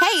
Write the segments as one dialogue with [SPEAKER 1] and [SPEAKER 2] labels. [SPEAKER 1] Hey,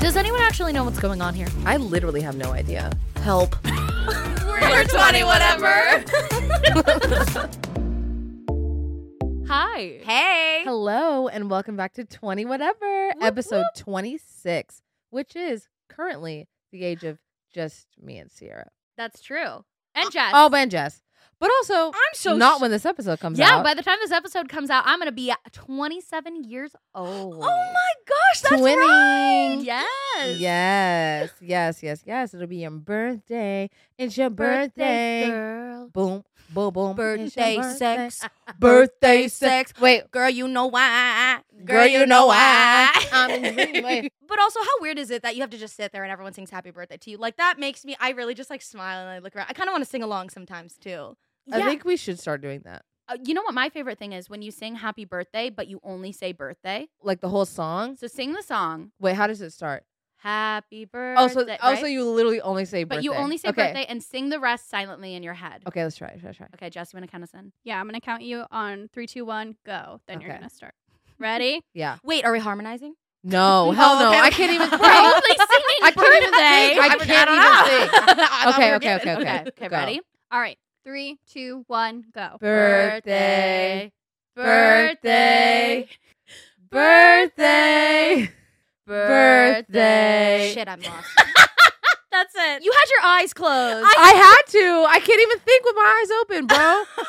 [SPEAKER 2] Does anyone actually know what's going on here?
[SPEAKER 3] I literally have no idea. Help.
[SPEAKER 2] We're 20, whatever. Hi.
[SPEAKER 1] Hey.
[SPEAKER 3] Hello, and welcome back to 20 Whatever, episode 26, which is currently the age of just me and Sierra.
[SPEAKER 2] That's true. And Jess.
[SPEAKER 3] Oh, and Jess. But also,
[SPEAKER 2] I'm so
[SPEAKER 3] not
[SPEAKER 2] s-
[SPEAKER 3] when this episode comes
[SPEAKER 2] yeah,
[SPEAKER 3] out.
[SPEAKER 2] by the time this episode comes out, I'm going to be 27 years old.
[SPEAKER 4] Oh my gosh, that's
[SPEAKER 3] Twinning.
[SPEAKER 4] right.
[SPEAKER 2] Yes.
[SPEAKER 3] Yes, yes, yes, yes. It'll be your birthday. It's your birthday.
[SPEAKER 2] girl.
[SPEAKER 3] Boom, boom, boom. It's your
[SPEAKER 4] Birthday sex.
[SPEAKER 3] Birthday sex. Wait,
[SPEAKER 4] Girl, you know why.
[SPEAKER 3] girl, you know why. wait.
[SPEAKER 4] But also, how weird is it that you have to just sit there and everyone sings happy birthday to you? Like, that makes me, I really just like smile and I look around. I kind of want to sing along sometimes too.
[SPEAKER 3] I
[SPEAKER 2] Yeah.
[SPEAKER 3] think we should start doing that.
[SPEAKER 2] Uh, you know what my favorite thing is when you sing happy birthday, but you only say birthday.
[SPEAKER 3] Like the whole song.
[SPEAKER 2] So sing the song.
[SPEAKER 3] Wait, how does it start?
[SPEAKER 2] Happy birthday.
[SPEAKER 3] Oh, so
[SPEAKER 2] right?
[SPEAKER 3] also you literally only say birthday.
[SPEAKER 2] But you only say
[SPEAKER 3] okay.
[SPEAKER 2] birthday and sing the rest silently in your head.
[SPEAKER 3] Okay, let's try. it, Let's try. it.
[SPEAKER 2] Okay, Jess, you want to count us in?
[SPEAKER 5] Yeah, I'm gonna count you on three, two, one, go. Then you're
[SPEAKER 3] Okay.
[SPEAKER 5] gonna start. Ready?
[SPEAKER 3] Yeah.
[SPEAKER 4] Wait, are we harmonizing?
[SPEAKER 3] No, hell no. I can't even.
[SPEAKER 2] Oh, Probably
[SPEAKER 3] think.
[SPEAKER 2] singing
[SPEAKER 3] I can't
[SPEAKER 2] birthday.
[SPEAKER 3] even think. I can't even think. Okay, okay, okay, okay.
[SPEAKER 2] Okay, okay,
[SPEAKER 3] Go.
[SPEAKER 2] ready?
[SPEAKER 5] All right. Three, two, one, go.
[SPEAKER 3] Birthday, birthday, birthday, birthday.
[SPEAKER 4] Shit, I'm lost.
[SPEAKER 5] That's it.
[SPEAKER 4] you had your eyes closed.
[SPEAKER 3] I had to. I can't even think with my eyes open, bro.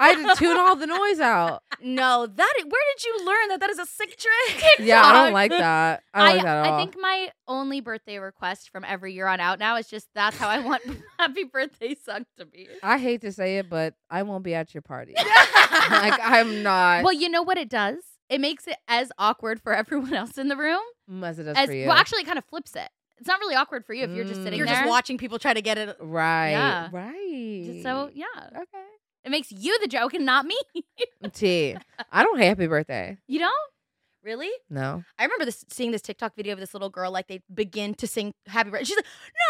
[SPEAKER 3] I had to tune all the noise out.
[SPEAKER 4] no, that is, where did you learn that that is a sick trick?
[SPEAKER 3] Yeah, I don't like that. I don't
[SPEAKER 2] I,
[SPEAKER 3] like Oh, that at all.
[SPEAKER 2] I think my only birthday request from every year on out now is just that's how I want happy birthday sung to be.
[SPEAKER 3] I hate to say it, but I won't be at your party. like I'm not.
[SPEAKER 2] Well, you know what it does? It makes it as awkward for everyone else in the room
[SPEAKER 3] Mm, as it does
[SPEAKER 2] as
[SPEAKER 3] for you. Mm.
[SPEAKER 2] well. Actually, it kind of flips it. It's not really awkward for you if you're just sitting
[SPEAKER 4] You're
[SPEAKER 2] there.
[SPEAKER 4] just watching people try to get it.
[SPEAKER 3] right,
[SPEAKER 2] Yeah.
[SPEAKER 3] right.
[SPEAKER 2] Just so yeah,
[SPEAKER 3] okay.
[SPEAKER 2] it makes you the joke and not me.
[SPEAKER 3] T. I don't hate happy birthday.
[SPEAKER 2] You don't?
[SPEAKER 4] Really?
[SPEAKER 3] No.
[SPEAKER 4] I remember this, seeing this TikTok video of this little girl like they begin to sing Happy Birthday. She's like, no, no,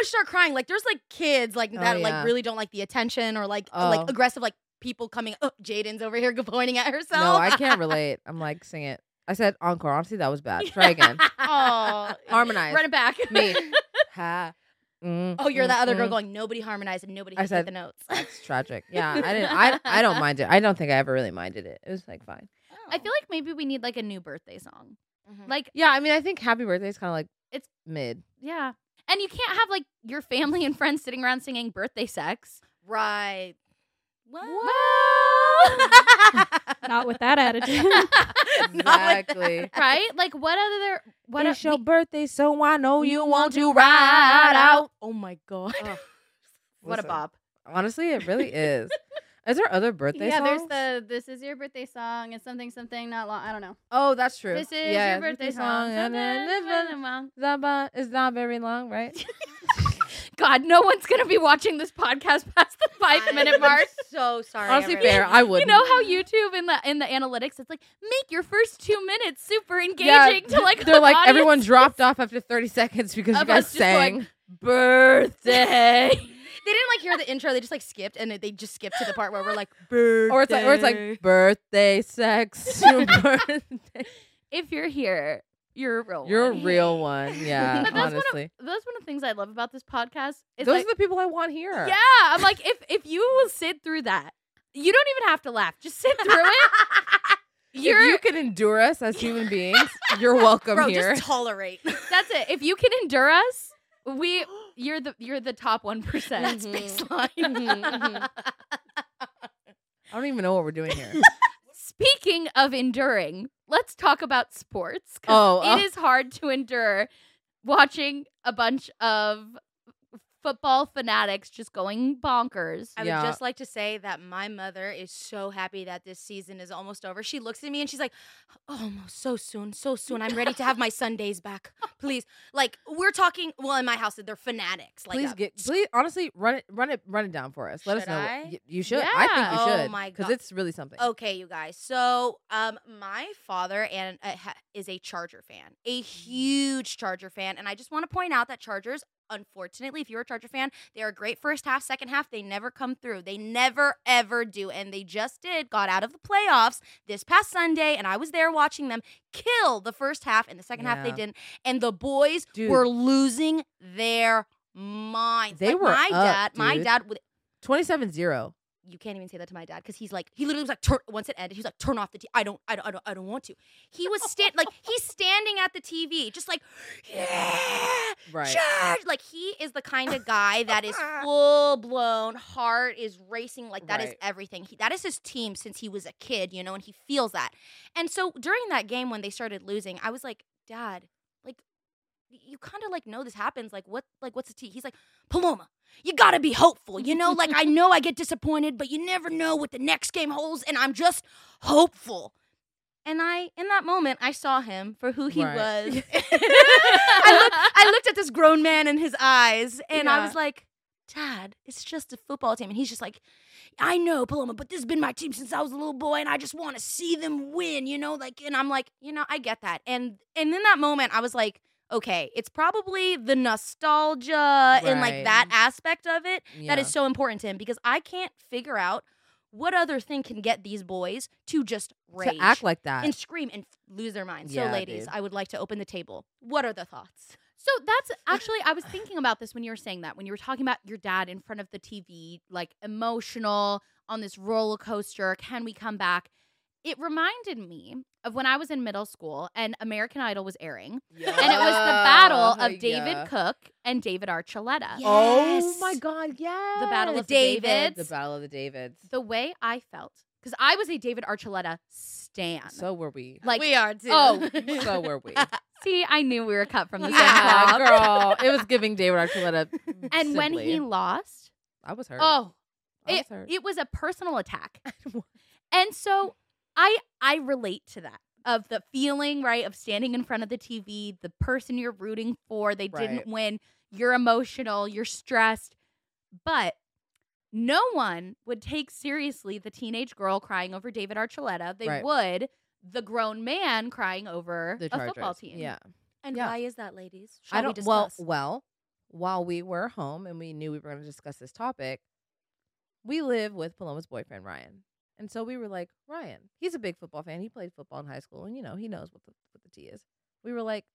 [SPEAKER 4] no. She start crying. Like there's like kids like
[SPEAKER 3] Oh,
[SPEAKER 4] that
[SPEAKER 3] yeah.
[SPEAKER 4] like really don't like the attention or like uh,
[SPEAKER 3] Oh.
[SPEAKER 4] like aggressive like people coming. Oh, Jaden's over here pointing at herself.
[SPEAKER 3] No, I can't relate. I'm like, sing it. I said encore. Honestly, that was bad. Try again.
[SPEAKER 4] oh,
[SPEAKER 3] Harmonize.
[SPEAKER 4] run it back.
[SPEAKER 3] Me. ha. Mm,
[SPEAKER 4] Oh, you're
[SPEAKER 3] mm,
[SPEAKER 4] that other girl
[SPEAKER 3] mm.
[SPEAKER 4] going. Nobody harmonized and nobody
[SPEAKER 3] I
[SPEAKER 4] hit
[SPEAKER 3] said-
[SPEAKER 4] the notes.
[SPEAKER 3] That's tragic. Yeah, I didn't. I, I don't mind it. I don't think I ever really minded it. It was like fine.
[SPEAKER 2] I feel like maybe we need like a new birthday song. Like
[SPEAKER 3] Yeah, I mean, I think happy birthday is kind of like it's
[SPEAKER 2] It's-
[SPEAKER 3] mid.
[SPEAKER 2] yeah, and you can't have like your family and friends sitting around singing birthday sex.
[SPEAKER 4] right. What?
[SPEAKER 5] Not with that attitude.
[SPEAKER 3] Exactly.
[SPEAKER 2] right? Like what other what
[SPEAKER 3] it's
[SPEAKER 2] o-
[SPEAKER 3] your
[SPEAKER 2] we-
[SPEAKER 3] birthday, so I know Oh, you want to
[SPEAKER 4] Right
[SPEAKER 3] ride out.
[SPEAKER 4] out. Mm-hmm. Oh my god.
[SPEAKER 3] Ugh.
[SPEAKER 4] what a
[SPEAKER 3] Listen,
[SPEAKER 4] bop.
[SPEAKER 3] Honestly, it really is. Is there other birthday
[SPEAKER 5] yeah,
[SPEAKER 3] songs?
[SPEAKER 5] there's the "This Is Your Birthday" song. It's something, something, not long. I don't know.
[SPEAKER 3] Oh, that's true.
[SPEAKER 2] This is
[SPEAKER 3] Yeah,
[SPEAKER 2] your birthday song.
[SPEAKER 3] and then- Zaba is not very long, right?
[SPEAKER 2] God, no one's gonna be watching this podcast past the five minute
[SPEAKER 4] I'm
[SPEAKER 2] mark.
[SPEAKER 4] So sorry.
[SPEAKER 3] Honestly,
[SPEAKER 4] everyone.
[SPEAKER 3] fair. I would.
[SPEAKER 2] You know how YouTube in the in the analytics, it's like make your first two minutes super engaging
[SPEAKER 3] Yeah,
[SPEAKER 2] to like
[SPEAKER 3] They're
[SPEAKER 2] the
[SPEAKER 3] like
[SPEAKER 2] audience.
[SPEAKER 3] everyone dropped off after 30 seconds because you
[SPEAKER 2] Of
[SPEAKER 3] guys
[SPEAKER 2] us just going,
[SPEAKER 3] sang.
[SPEAKER 2] birthday.
[SPEAKER 4] They didn't like hear the intro. They just like skipped and they just skipped to the part where we're like, birthday.
[SPEAKER 3] Or it's like, or it's like birthday sex. your birthday.
[SPEAKER 2] If you're here You're a real
[SPEAKER 3] You're a
[SPEAKER 2] one.
[SPEAKER 3] real one. Yeah,
[SPEAKER 2] But that's one of-
[SPEAKER 3] honestly.
[SPEAKER 2] That's one of the things I love about this podcast. Is
[SPEAKER 3] Those
[SPEAKER 2] like,
[SPEAKER 3] are the people I want here.
[SPEAKER 2] Yeah, I'm like if if you will sit through that, you don't even have to laugh. Just sit through it. You're
[SPEAKER 3] if you can endure us as human beings, you're welcome
[SPEAKER 4] Bro,
[SPEAKER 3] here.
[SPEAKER 4] just tolerate.
[SPEAKER 2] that's it. If you can endure us, we you're the you're the top one percent.
[SPEAKER 4] That's
[SPEAKER 3] Mm-hmm.
[SPEAKER 4] baseline.
[SPEAKER 3] I don't even know what we're doing here.
[SPEAKER 2] Speaking of enduring, let's talk about sports. 'cause
[SPEAKER 3] Oh,
[SPEAKER 2] it is hard to endure watching a bunch of football fanatics just going bonkers.
[SPEAKER 4] I
[SPEAKER 3] Yeah.
[SPEAKER 4] would just like to say that my mother is so happy that this season is almost over. She looks at me and she's like, "Oh, no, so soon, so soon. I'm ready to have my Sundays back, please." Like we're talking. Well, in my house, they're fanatics. Like, uh,
[SPEAKER 3] please
[SPEAKER 4] a-
[SPEAKER 3] get please honestly run it run it run it down for us. Let us
[SPEAKER 4] Should
[SPEAKER 3] know. what-
[SPEAKER 4] I?
[SPEAKER 3] y- you should. I think you
[SPEAKER 4] Yeah. Oh
[SPEAKER 3] should.
[SPEAKER 4] my
[SPEAKER 3] Because
[SPEAKER 4] God.
[SPEAKER 3] it's really something.
[SPEAKER 2] Oh.
[SPEAKER 4] Okay, you guys. So, um, my father and uh, ha- is a Charger fan, a
[SPEAKER 3] Mm-hmm.
[SPEAKER 4] huge Charger fan, and I just want to point out that Chargers, unfortunately, if you're a Charger fan, they are great first half, second half. They never come through. They never ever do, and they just did. Got out of the playoffs this past Sunday, and I was there watching them kill the first half, and the second half they
[SPEAKER 3] Yeah.
[SPEAKER 4] didn't. And the boys
[SPEAKER 3] Dude.
[SPEAKER 4] were losing their minds.
[SPEAKER 3] They
[SPEAKER 4] Like,
[SPEAKER 3] were
[SPEAKER 4] my
[SPEAKER 3] up,
[SPEAKER 4] dad. My
[SPEAKER 3] dude.
[SPEAKER 4] dad would
[SPEAKER 3] Twenty-seven zero.
[SPEAKER 4] you can't even say that to my dad because he's like he literally was like turn once it ended he was like turn off the t- I don't I don't I don't, I don't want to he was stand like he's standing at the TV just like yeah
[SPEAKER 3] Right.
[SPEAKER 4] Charge! Like he is the kind of guy that is full blown, heart is racing. Like that is
[SPEAKER 3] Right.
[SPEAKER 4] everything. He, that is his team since he was a kid, you know, and he feels that. And so during that game when they started losing, I was like, Dad, like y- you kind of like know this happens. Like what? Like what's the tea? He's like, Paloma, you gotta be hopeful. You know, like I know I get disappointed, but you never know what the next game holds, and I'm just hopeful. And I, in that moment, I saw him for who he
[SPEAKER 3] Right.
[SPEAKER 4] was. I looked, I looked at this grown man in his eyes, and I
[SPEAKER 2] Yeah.
[SPEAKER 4] was like, "Dad, it's just a football team." And he's just like, "I know, Paloma, but this has been my team since I was a little boy, and I just want to see them win." You know, like, and I'm like, you know, I get that. And and in that moment, I was like, okay, it's probably the nostalgia and like
[SPEAKER 3] Right.
[SPEAKER 4] that aspect of it
[SPEAKER 3] Yeah.
[SPEAKER 4] that is so important to him because I can't figure out what other thing can get these boys to just rage
[SPEAKER 3] to act like that.
[SPEAKER 4] and scream and f- lose their minds.
[SPEAKER 3] Yeah,
[SPEAKER 4] so, ladies,
[SPEAKER 3] dude.
[SPEAKER 4] I would like to open the table. What are the thoughts?
[SPEAKER 2] So that's actually I was thinking about this when you were saying that when you were talking about your dad in front of the TV, like emotional on this roller coaster. Can we come back? It reminded me of when I was in middle school and American Idol was airing, and it was the battle of
[SPEAKER 3] Yeah.
[SPEAKER 2] David Cook and David Archuleta.
[SPEAKER 4] Yeah.
[SPEAKER 3] Oh my
[SPEAKER 4] Yes.
[SPEAKER 3] God! Yeah.
[SPEAKER 2] Battle of the Davids.
[SPEAKER 3] The Battle of the Davids.
[SPEAKER 2] The way I felt because I was a David Archuleta stan.
[SPEAKER 3] So were we.
[SPEAKER 2] like,
[SPEAKER 4] are too.
[SPEAKER 2] Oh.
[SPEAKER 3] So were we.
[SPEAKER 2] see, I knew we were cut from the same
[SPEAKER 3] yeah,
[SPEAKER 2] cloth.
[SPEAKER 3] girl. It was giving David Archuleta.
[SPEAKER 2] And when he
[SPEAKER 3] simply.
[SPEAKER 2] lost,
[SPEAKER 3] I was hurt.
[SPEAKER 2] oh,
[SPEAKER 3] I was
[SPEAKER 2] it,
[SPEAKER 3] hurt.
[SPEAKER 2] it was a personal attack and so i i relate to that of the feeling right of standing in front of the tv the person you're rooting for they
[SPEAKER 3] Right.
[SPEAKER 2] didn't win you're emotional you're stressed but no one would take seriously the teenage girl crying over david archuleta they
[SPEAKER 3] Right.
[SPEAKER 2] would the grown man crying over
[SPEAKER 3] the
[SPEAKER 2] a
[SPEAKER 3] Chargers.
[SPEAKER 2] football team
[SPEAKER 3] Yeah.
[SPEAKER 4] And
[SPEAKER 3] Yeah.
[SPEAKER 4] why is that, ladies?
[SPEAKER 3] I
[SPEAKER 4] Shall we
[SPEAKER 3] don't. well,
[SPEAKER 4] discuss?
[SPEAKER 3] well, while we were home and we knew we were going to discuss this topic, we live with Paloma's boyfriend Ryan, and so we were like, Ryan, he's a big football fan. He played football in high school, and you know he knows what the what the T is. We were like,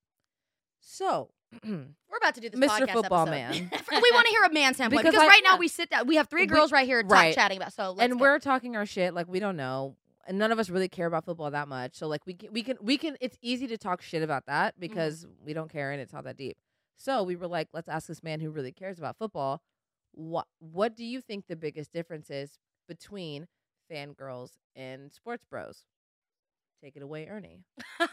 [SPEAKER 3] so
[SPEAKER 4] we're about to do this
[SPEAKER 3] Mr.
[SPEAKER 4] podcast
[SPEAKER 3] Football
[SPEAKER 4] episode.
[SPEAKER 3] Man.
[SPEAKER 4] we want to hear a man standpoint
[SPEAKER 3] Because
[SPEAKER 4] because,
[SPEAKER 3] I-
[SPEAKER 4] right
[SPEAKER 3] yeah.
[SPEAKER 4] now we sit down. We have three
[SPEAKER 3] We-
[SPEAKER 4] girls right here
[SPEAKER 3] right.
[SPEAKER 4] top chatting about. So let's
[SPEAKER 3] and
[SPEAKER 4] go.
[SPEAKER 3] we're talking our shit like we don't know and none of us really care about football that much so like we can, we can we can it's easy to talk shit about that
[SPEAKER 4] Mm-hmm.
[SPEAKER 3] because we don't care and it's not that deep so we were like let's ask this man who really cares about football what what do you think the biggest difference is between fangirls and sports bros take it away ernie
[SPEAKER 4] Uh,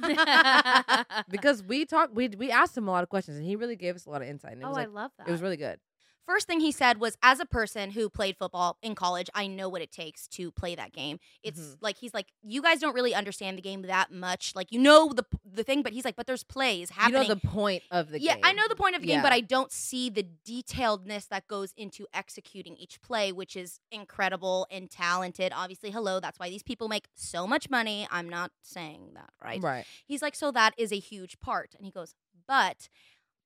[SPEAKER 3] because we talked we we asked him a lot of questions and he really gave us a lot of insight and it
[SPEAKER 2] oh
[SPEAKER 3] was like
[SPEAKER 2] i love that
[SPEAKER 3] it was really good
[SPEAKER 4] First thing he said was, as a person who played football in college, I know what it takes to play that game. It's
[SPEAKER 3] Mhm.
[SPEAKER 4] like he's like, you guys don't really understand the game that much. Like you know the the thing, but he's like, but there's plays happening.
[SPEAKER 3] you know the point of the
[SPEAKER 4] yeah,
[SPEAKER 3] game
[SPEAKER 4] I know the point of the game, but
[SPEAKER 3] Yeah.
[SPEAKER 4] I don't see the detailedness that goes into executing each play, which is incredible and talented. Obviously, hello, that's why these people make so much money. I'm not saying that, right?
[SPEAKER 3] right
[SPEAKER 4] He's like, so that is a huge part. And he goes, but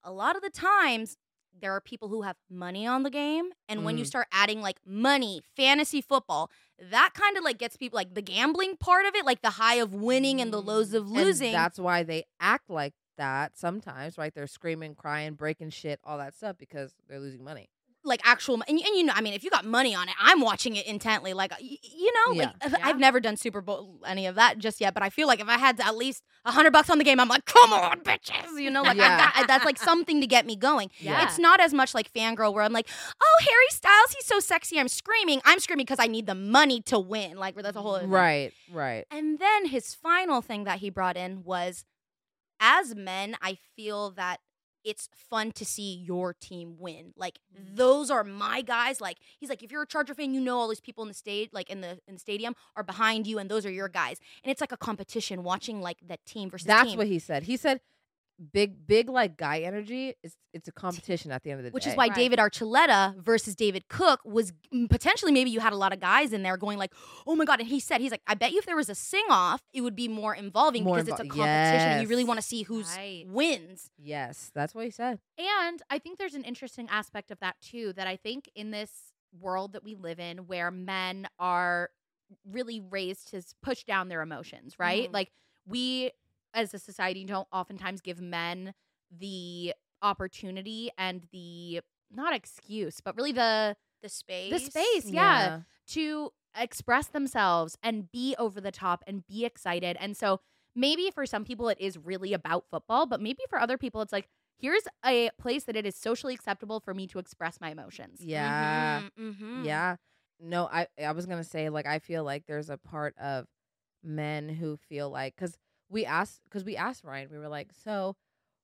[SPEAKER 4] a lot of the times, there are people who have money on the game. And when you
[SPEAKER 3] Mhm.
[SPEAKER 4] start adding like money, fantasy football, that kind of like gets people
[SPEAKER 3] Mm,
[SPEAKER 4] like the gambling part of it, like the high of winning and the lows of
[SPEAKER 3] And
[SPEAKER 4] losing.
[SPEAKER 3] that's why they act like that sometimes, right? They're screaming, crying, breaking shit, all that stuff because they're losing money.
[SPEAKER 4] like actual mo- and, you- and you know i mean if you got money on it i'm watching it intently like uh, y- you know like if-
[SPEAKER 2] Yeah.
[SPEAKER 4] i've never done super bowl any of that just yet but i feel like if i had at least a 100 bucks on the game i'm like come on bitches you know like
[SPEAKER 3] Yeah.
[SPEAKER 4] I've got, I- that's like something to get me going
[SPEAKER 2] Yeah.
[SPEAKER 4] it's not as much like fangirl where i'm like oh harry styles he's so sexy i'm screaming i'm screaming because i need the money to win like that's a whole other thing.
[SPEAKER 3] Right, right.
[SPEAKER 4] And then his final thing that he brought in was as men, I feel that it's fun to see your team win. Like
[SPEAKER 3] Mm-hmm.
[SPEAKER 4] those are my guys. Like he's like if you're a Charger fan, you know all these people in the state like in the in the stadium are behind you and those are your guys. And it's like a competition watching like the team versus
[SPEAKER 3] That's
[SPEAKER 4] team.
[SPEAKER 3] what he said. He said big big like guy energy is it's a competition at the end of the
[SPEAKER 4] which
[SPEAKER 3] day.
[SPEAKER 4] is why
[SPEAKER 2] Right.
[SPEAKER 4] David Archuleta versus David Cook was mm, potentially maybe you had a lot of guys in there going like, oh my god, and he said he's like, I bet you if there was a sing off, it would be more involving
[SPEAKER 3] More
[SPEAKER 4] because it's a
[SPEAKER 3] invol-
[SPEAKER 4] competition and you really
[SPEAKER 3] yes.
[SPEAKER 4] want to see who's
[SPEAKER 2] Right.
[SPEAKER 4] wins.
[SPEAKER 3] Yes, that's what he said.
[SPEAKER 2] And I think there's an interesting aspect of that too that I think in this world that we live in where men are really raised to s- push down their emotions, right?
[SPEAKER 4] Mhm.
[SPEAKER 2] Like we as a society don't oftentimes give men the opportunity and the not excuse, but really the
[SPEAKER 4] The space,
[SPEAKER 2] the space, yeah to express themselves and be over the top and be excited. And so maybe for some people it is really about football, but maybe for other people it's like here's a place that it is socially acceptable for me to express my emotions.
[SPEAKER 3] Yeah.
[SPEAKER 4] hmm
[SPEAKER 3] Yeah. No, I I was gonna say like I feel like there's a part of men who feel like because we asked because we asked Ryan we were like so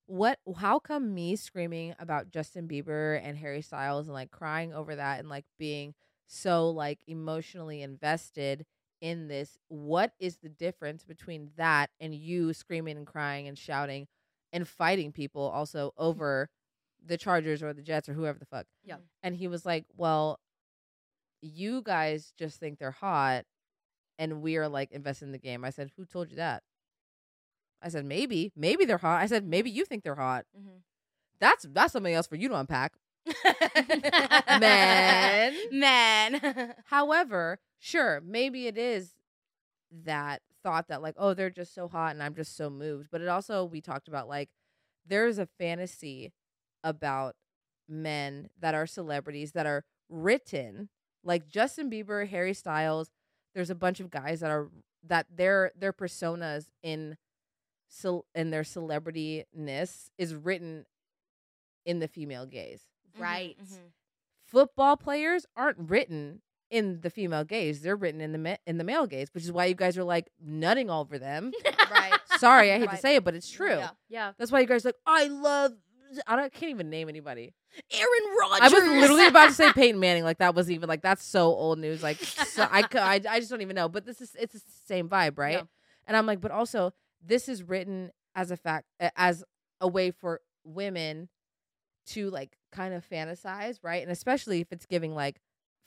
[SPEAKER 3] what how come me screaming about Justin Bieber and Harry Styles and like crying over that and like being so like emotionally invested in this what is the difference between that and you screaming and crying and shouting and fighting people also over the Chargers or the Jets or whoever the fuck
[SPEAKER 2] Yeah.
[SPEAKER 3] and he was like well you guys just think they're hot and we are like invested in the game. I said, Who told you that? I said, Maybe, maybe they're hot. I said, Maybe you think they're hot.
[SPEAKER 4] Mhm.
[SPEAKER 2] Mm-hmm.
[SPEAKER 3] That's that's something else for you to unpack.
[SPEAKER 4] Man.
[SPEAKER 3] Men. However, sure, maybe it is that thought that like, oh, they're just so hot and I'm just so moved. But it also we talked about like there's a fantasy about men that are celebrities that are written like Justin Bieber, Harry Styles. There's a bunch of guys that are that their their personas in cel- in their celebrityness is written in the female gaze
[SPEAKER 2] Right.
[SPEAKER 4] Mm-hmm,
[SPEAKER 3] football players aren't written in the female gaze; they're written in the ma- in the male gaze, which is why you guys are like nutting over them.
[SPEAKER 4] Right.
[SPEAKER 3] Sorry, I hate to
[SPEAKER 4] Right.
[SPEAKER 3] say it, but it's true.
[SPEAKER 4] Yeah.
[SPEAKER 2] Yeah.
[SPEAKER 3] That's why you guys are like I love. I don't, can't even name anybody.
[SPEAKER 4] Aaron Rodgers.
[SPEAKER 3] I was literally about to say Peyton Manning. Like that wasn't even like that's so old news. Like so, I, cou- I I just don't even know. But this is it's the same vibe, right?
[SPEAKER 2] Yeah.
[SPEAKER 3] And I'm like, but also this is written as a fact a- as a way for women to like kind of fantasize, right? And especially if it's giving like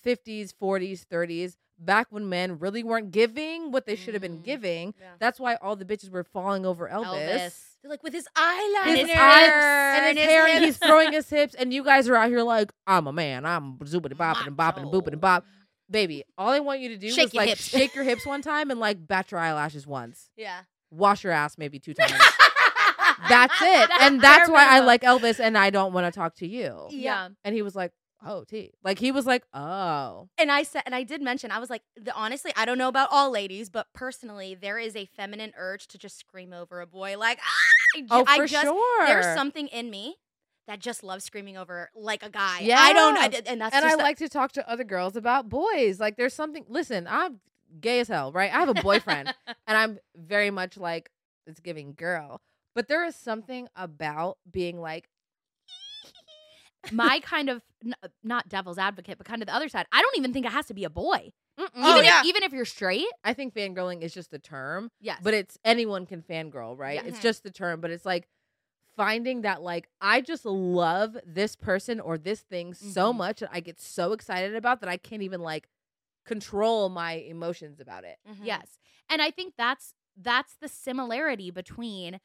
[SPEAKER 3] 50s, 40s, 30s, back when men really weren't giving what they should have been
[SPEAKER 4] Mm.
[SPEAKER 3] giving.
[SPEAKER 4] Yeah.
[SPEAKER 3] That's why all the bitches were falling over Elvis.
[SPEAKER 4] They're like with his eyeliner
[SPEAKER 3] His
[SPEAKER 2] his
[SPEAKER 3] eyes
[SPEAKER 2] hair.
[SPEAKER 3] and his hair, and he's throwing his hips, and you guys are out here like, I'm a man, I'm zoopity bopping and bopping and booping and bop. Baby, all I want you to do
[SPEAKER 4] Shake
[SPEAKER 3] is
[SPEAKER 4] your
[SPEAKER 3] like
[SPEAKER 4] hips.
[SPEAKER 3] shake your hips one time and like bat your eyelashes once.
[SPEAKER 4] Yeah.
[SPEAKER 3] Wash your ass maybe two times. that's it. and that's why I like Elvis and I don't want to talk to you.
[SPEAKER 2] Yeah.
[SPEAKER 3] And he was like, Oh, T. Like he was like, Oh.
[SPEAKER 4] And I said, and I did mention, I was like, the, honestly, I don't know about all ladies, but personally, there is a feminine urge to just scream over a boy. Like, "Ah!" I, ju-
[SPEAKER 3] Oh,
[SPEAKER 4] I
[SPEAKER 3] for
[SPEAKER 4] just,
[SPEAKER 3] sure.
[SPEAKER 4] there's something in me that just loves screaming over like a guy.
[SPEAKER 3] Yeah.
[SPEAKER 4] I don't, I, did- and that's
[SPEAKER 3] and I
[SPEAKER 4] just the-
[SPEAKER 3] like to talk to other girls about boys. Like there's something. Listen, I'm gay as hell, right? I have a boyfriend, and I'm very much like it's giving girl. But there is something about being like,
[SPEAKER 2] My kind of n- not devil's advocate, but kind of the other side. I don't even think it has to be a boy.
[SPEAKER 3] even
[SPEAKER 2] even
[SPEAKER 3] if-
[SPEAKER 4] Oh, yeah.
[SPEAKER 2] if even if you're straight.
[SPEAKER 3] I think fangirling is just the term,
[SPEAKER 2] Yes.
[SPEAKER 3] but it's anyone can fangirl, right?
[SPEAKER 2] Yeah.
[SPEAKER 3] It's just the term, but it's like finding that like I just love this person or this thing so
[SPEAKER 2] Mhm.
[SPEAKER 3] much that I get so excited about that I can't even like control my emotions about it.
[SPEAKER 4] Mhm.
[SPEAKER 2] Yes. And I think that's that's the similarity between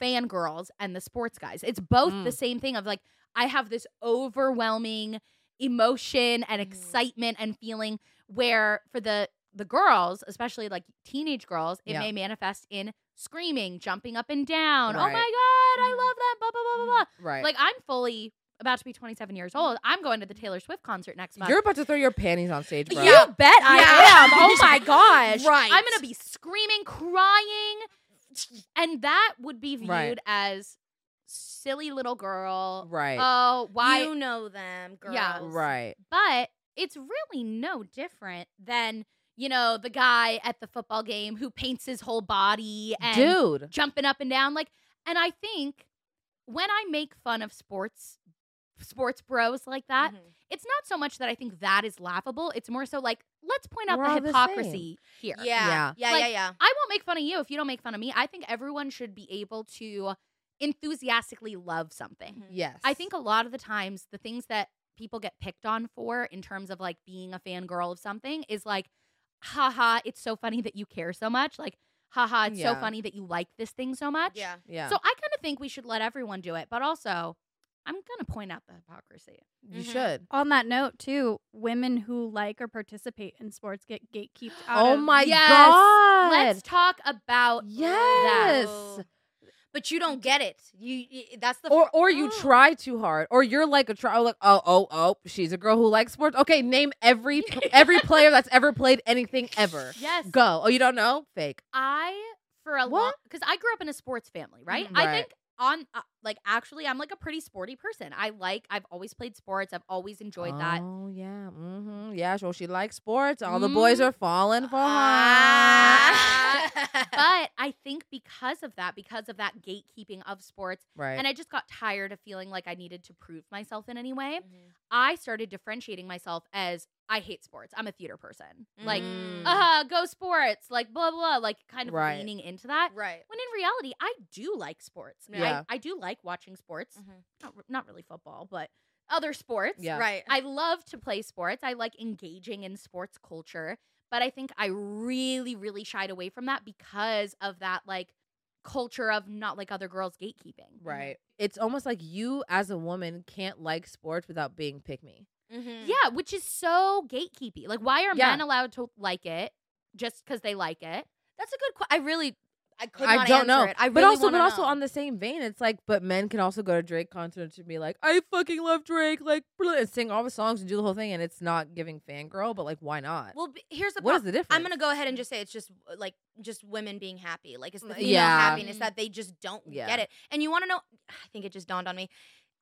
[SPEAKER 2] fangirls and the sports guys. It's both the
[SPEAKER 3] Mm.
[SPEAKER 2] same thing of like I have this overwhelming emotion
[SPEAKER 3] Mm.
[SPEAKER 2] and
[SPEAKER 4] Mhm.
[SPEAKER 2] excitement and feeling where for the the girls, especially like teenage girls, it
[SPEAKER 3] Yeah.
[SPEAKER 2] may manifest in screaming, jumping up and down. Oh my
[SPEAKER 3] Right. Mm-hmm.
[SPEAKER 2] God, I love that. Blah, blah, blah, blah, blah.
[SPEAKER 3] Right.
[SPEAKER 2] Like, I'm fully about to be 27 years old. I'm going to the Taylor Swift concert next month.
[SPEAKER 3] You're about to throw your panties on stage, bro.
[SPEAKER 4] You bet I
[SPEAKER 2] Yeah.
[SPEAKER 4] am. Oh my gosh.
[SPEAKER 2] right. I'm going to be screaming, crying. And that would be viewed
[SPEAKER 3] Right.
[SPEAKER 2] as silly little girl.
[SPEAKER 3] Right.
[SPEAKER 2] Oh, why?
[SPEAKER 4] You know them, girls.
[SPEAKER 2] Yeah.
[SPEAKER 3] right.
[SPEAKER 2] but it's really no different than you know the guy at the football game who paints his whole body
[SPEAKER 4] Mm-hmm.
[SPEAKER 2] and
[SPEAKER 3] Dude.
[SPEAKER 2] jumping up and down like and i think when i make fun of sports sports bros like that
[SPEAKER 4] Mhm.
[SPEAKER 2] it's not so much that i think that is laughable it's more so like let's point out
[SPEAKER 3] We're all
[SPEAKER 2] the
[SPEAKER 3] the
[SPEAKER 2] hypocrisy here
[SPEAKER 4] Yeah. Yeah. Yeah.
[SPEAKER 2] Like,
[SPEAKER 4] yeah, yeah.
[SPEAKER 2] i won't make fun of you if you don't make fun of me i think everyone should be able to enthusiastically love something
[SPEAKER 4] Mhm.
[SPEAKER 3] Yes.
[SPEAKER 2] I think a lot of the times the things that people get picked on for in terms of like being a fangirl of something is like, haha, it's so funny that you care so much. Like, haha, Uh, it's so
[SPEAKER 3] Yeah.
[SPEAKER 2] funny that you like this thing so much.
[SPEAKER 4] Yeah.
[SPEAKER 3] Yeah.
[SPEAKER 2] So I kind of think we should let everyone do it, but also I'm gonna point out the hypocrisy.
[SPEAKER 3] you
[SPEAKER 4] Mhm.
[SPEAKER 3] should.
[SPEAKER 5] On that note, too, women who like or participate in sports get gatekeeped out.
[SPEAKER 3] Oh
[SPEAKER 5] of-
[SPEAKER 3] my
[SPEAKER 2] Yes.
[SPEAKER 3] god.
[SPEAKER 2] Let's talk about
[SPEAKER 3] yes.
[SPEAKER 4] Oh. But you don't get it. You, you that's the
[SPEAKER 3] Or or you
[SPEAKER 4] Oh.
[SPEAKER 3] try too hard, or you're like a try like oh oh oh she's a girl who likes sports. Okay, name every every player that's ever played anything ever.
[SPEAKER 2] yes.
[SPEAKER 3] Go. Oh, you don't know? Fake.
[SPEAKER 2] I for a long
[SPEAKER 3] What?
[SPEAKER 2] because I grew up in a sports family, right?
[SPEAKER 3] Mhm.
[SPEAKER 2] I
[SPEAKER 3] Right.
[SPEAKER 2] think on uh, like actually I'm like a pretty sporty person. I like I've always played sports. I've always enjoyed that.
[SPEAKER 3] Oh yeah, mm-hmm. yeah. Well, she likes sports. All the boys
[SPEAKER 2] Mhm.
[SPEAKER 3] are falling for her.
[SPEAKER 4] Ah.
[SPEAKER 2] But I think because of that, because of that gatekeeping of sports,
[SPEAKER 3] Right.
[SPEAKER 2] and I just got tired of feeling like I needed to prove myself in any way,
[SPEAKER 4] Mhm.
[SPEAKER 2] I started differentiating myself as I hate sports. I'm a theater person. Like,
[SPEAKER 4] Mm.
[SPEAKER 2] uh, go sports, like blah blah, like kind of
[SPEAKER 3] Right.
[SPEAKER 2] leaning into that.
[SPEAKER 4] right.
[SPEAKER 2] When in reality, I do like sports.
[SPEAKER 3] Yeah.
[SPEAKER 2] I, I do like watching sports.
[SPEAKER 4] Mhm.
[SPEAKER 2] Not, r- not really football, but other sports.
[SPEAKER 3] Yeah.
[SPEAKER 4] Right.
[SPEAKER 2] I love to play sports. I like engaging in sports culture, but I think I really, really shied away from that because of that like culture of not like other girls gatekeeping.
[SPEAKER 3] right. It's almost like you as a woman can't like sports without being pick me. Mm-hmm.
[SPEAKER 4] Mhm.
[SPEAKER 2] Yeah, which is so gatekeepy. Like, why are
[SPEAKER 3] Yeah.
[SPEAKER 2] men allowed to like it just because they like it?
[SPEAKER 4] That's a good question. I really, I could
[SPEAKER 3] I
[SPEAKER 4] not
[SPEAKER 3] don't know.
[SPEAKER 4] answer it. I really
[SPEAKER 3] but also,
[SPEAKER 4] wanna
[SPEAKER 3] but also
[SPEAKER 4] know.
[SPEAKER 3] on the same vein, it's like, but men can also go to Drake concerts and be like, I fucking love Drake, like, blah, and sing all the songs and do the whole thing, and it's not giving fangirl, but like, why not?
[SPEAKER 4] Well, b- here's the
[SPEAKER 3] what is
[SPEAKER 4] problem.
[SPEAKER 3] the difference?
[SPEAKER 4] I'm gonna go ahead and just say it's just uh, like just women being happy. Like it's the
[SPEAKER 3] Mm,
[SPEAKER 4] female
[SPEAKER 3] yeah.
[SPEAKER 4] happiness that they just don't
[SPEAKER 3] Yeah.
[SPEAKER 4] get it. And you want to know? I think it just dawned on me.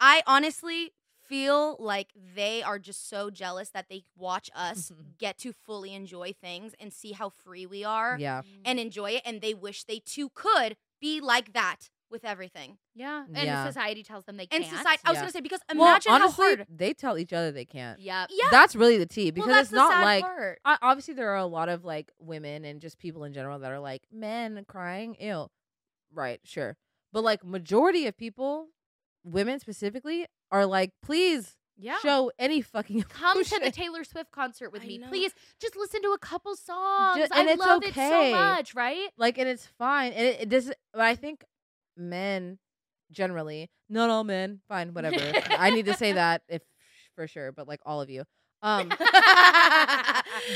[SPEAKER 4] I honestly feel like they are just so jealous that they watch us get to fully enjoy things and see how free we are
[SPEAKER 3] Yeah.
[SPEAKER 4] and enjoy it, and they wish they too could be like that with everything.
[SPEAKER 2] Yeah. And
[SPEAKER 3] Yeah.
[SPEAKER 2] society tells them they
[SPEAKER 4] And
[SPEAKER 2] can't.
[SPEAKER 4] society, I was
[SPEAKER 3] Yeah.
[SPEAKER 4] gonna say because
[SPEAKER 3] Well,
[SPEAKER 4] imagine
[SPEAKER 3] honestly,
[SPEAKER 4] how hard.
[SPEAKER 3] they tell each other they can't.
[SPEAKER 2] Yep.
[SPEAKER 4] Yeah,
[SPEAKER 3] That's really the tea because
[SPEAKER 4] well, that's
[SPEAKER 3] it's
[SPEAKER 4] the
[SPEAKER 3] not
[SPEAKER 4] sad
[SPEAKER 3] like
[SPEAKER 4] part.
[SPEAKER 3] I, obviously there are a lot of like women and just people in general that are like men crying ew right sure but like majority of people women specifically are like please
[SPEAKER 2] Yeah.
[SPEAKER 3] show any fucking
[SPEAKER 2] Come to the
[SPEAKER 3] emotion."
[SPEAKER 2] Taylor Swift concert with
[SPEAKER 4] I
[SPEAKER 2] me,
[SPEAKER 4] know.
[SPEAKER 2] please. Just listen to a couple songs.
[SPEAKER 3] and
[SPEAKER 2] I
[SPEAKER 3] it's
[SPEAKER 2] love it so
[SPEAKER 3] okay.
[SPEAKER 2] much, right?
[SPEAKER 3] like and it's fine and it, it doesn't but i think men generally not all men fine whatever i need to say that if for sure but like all of you um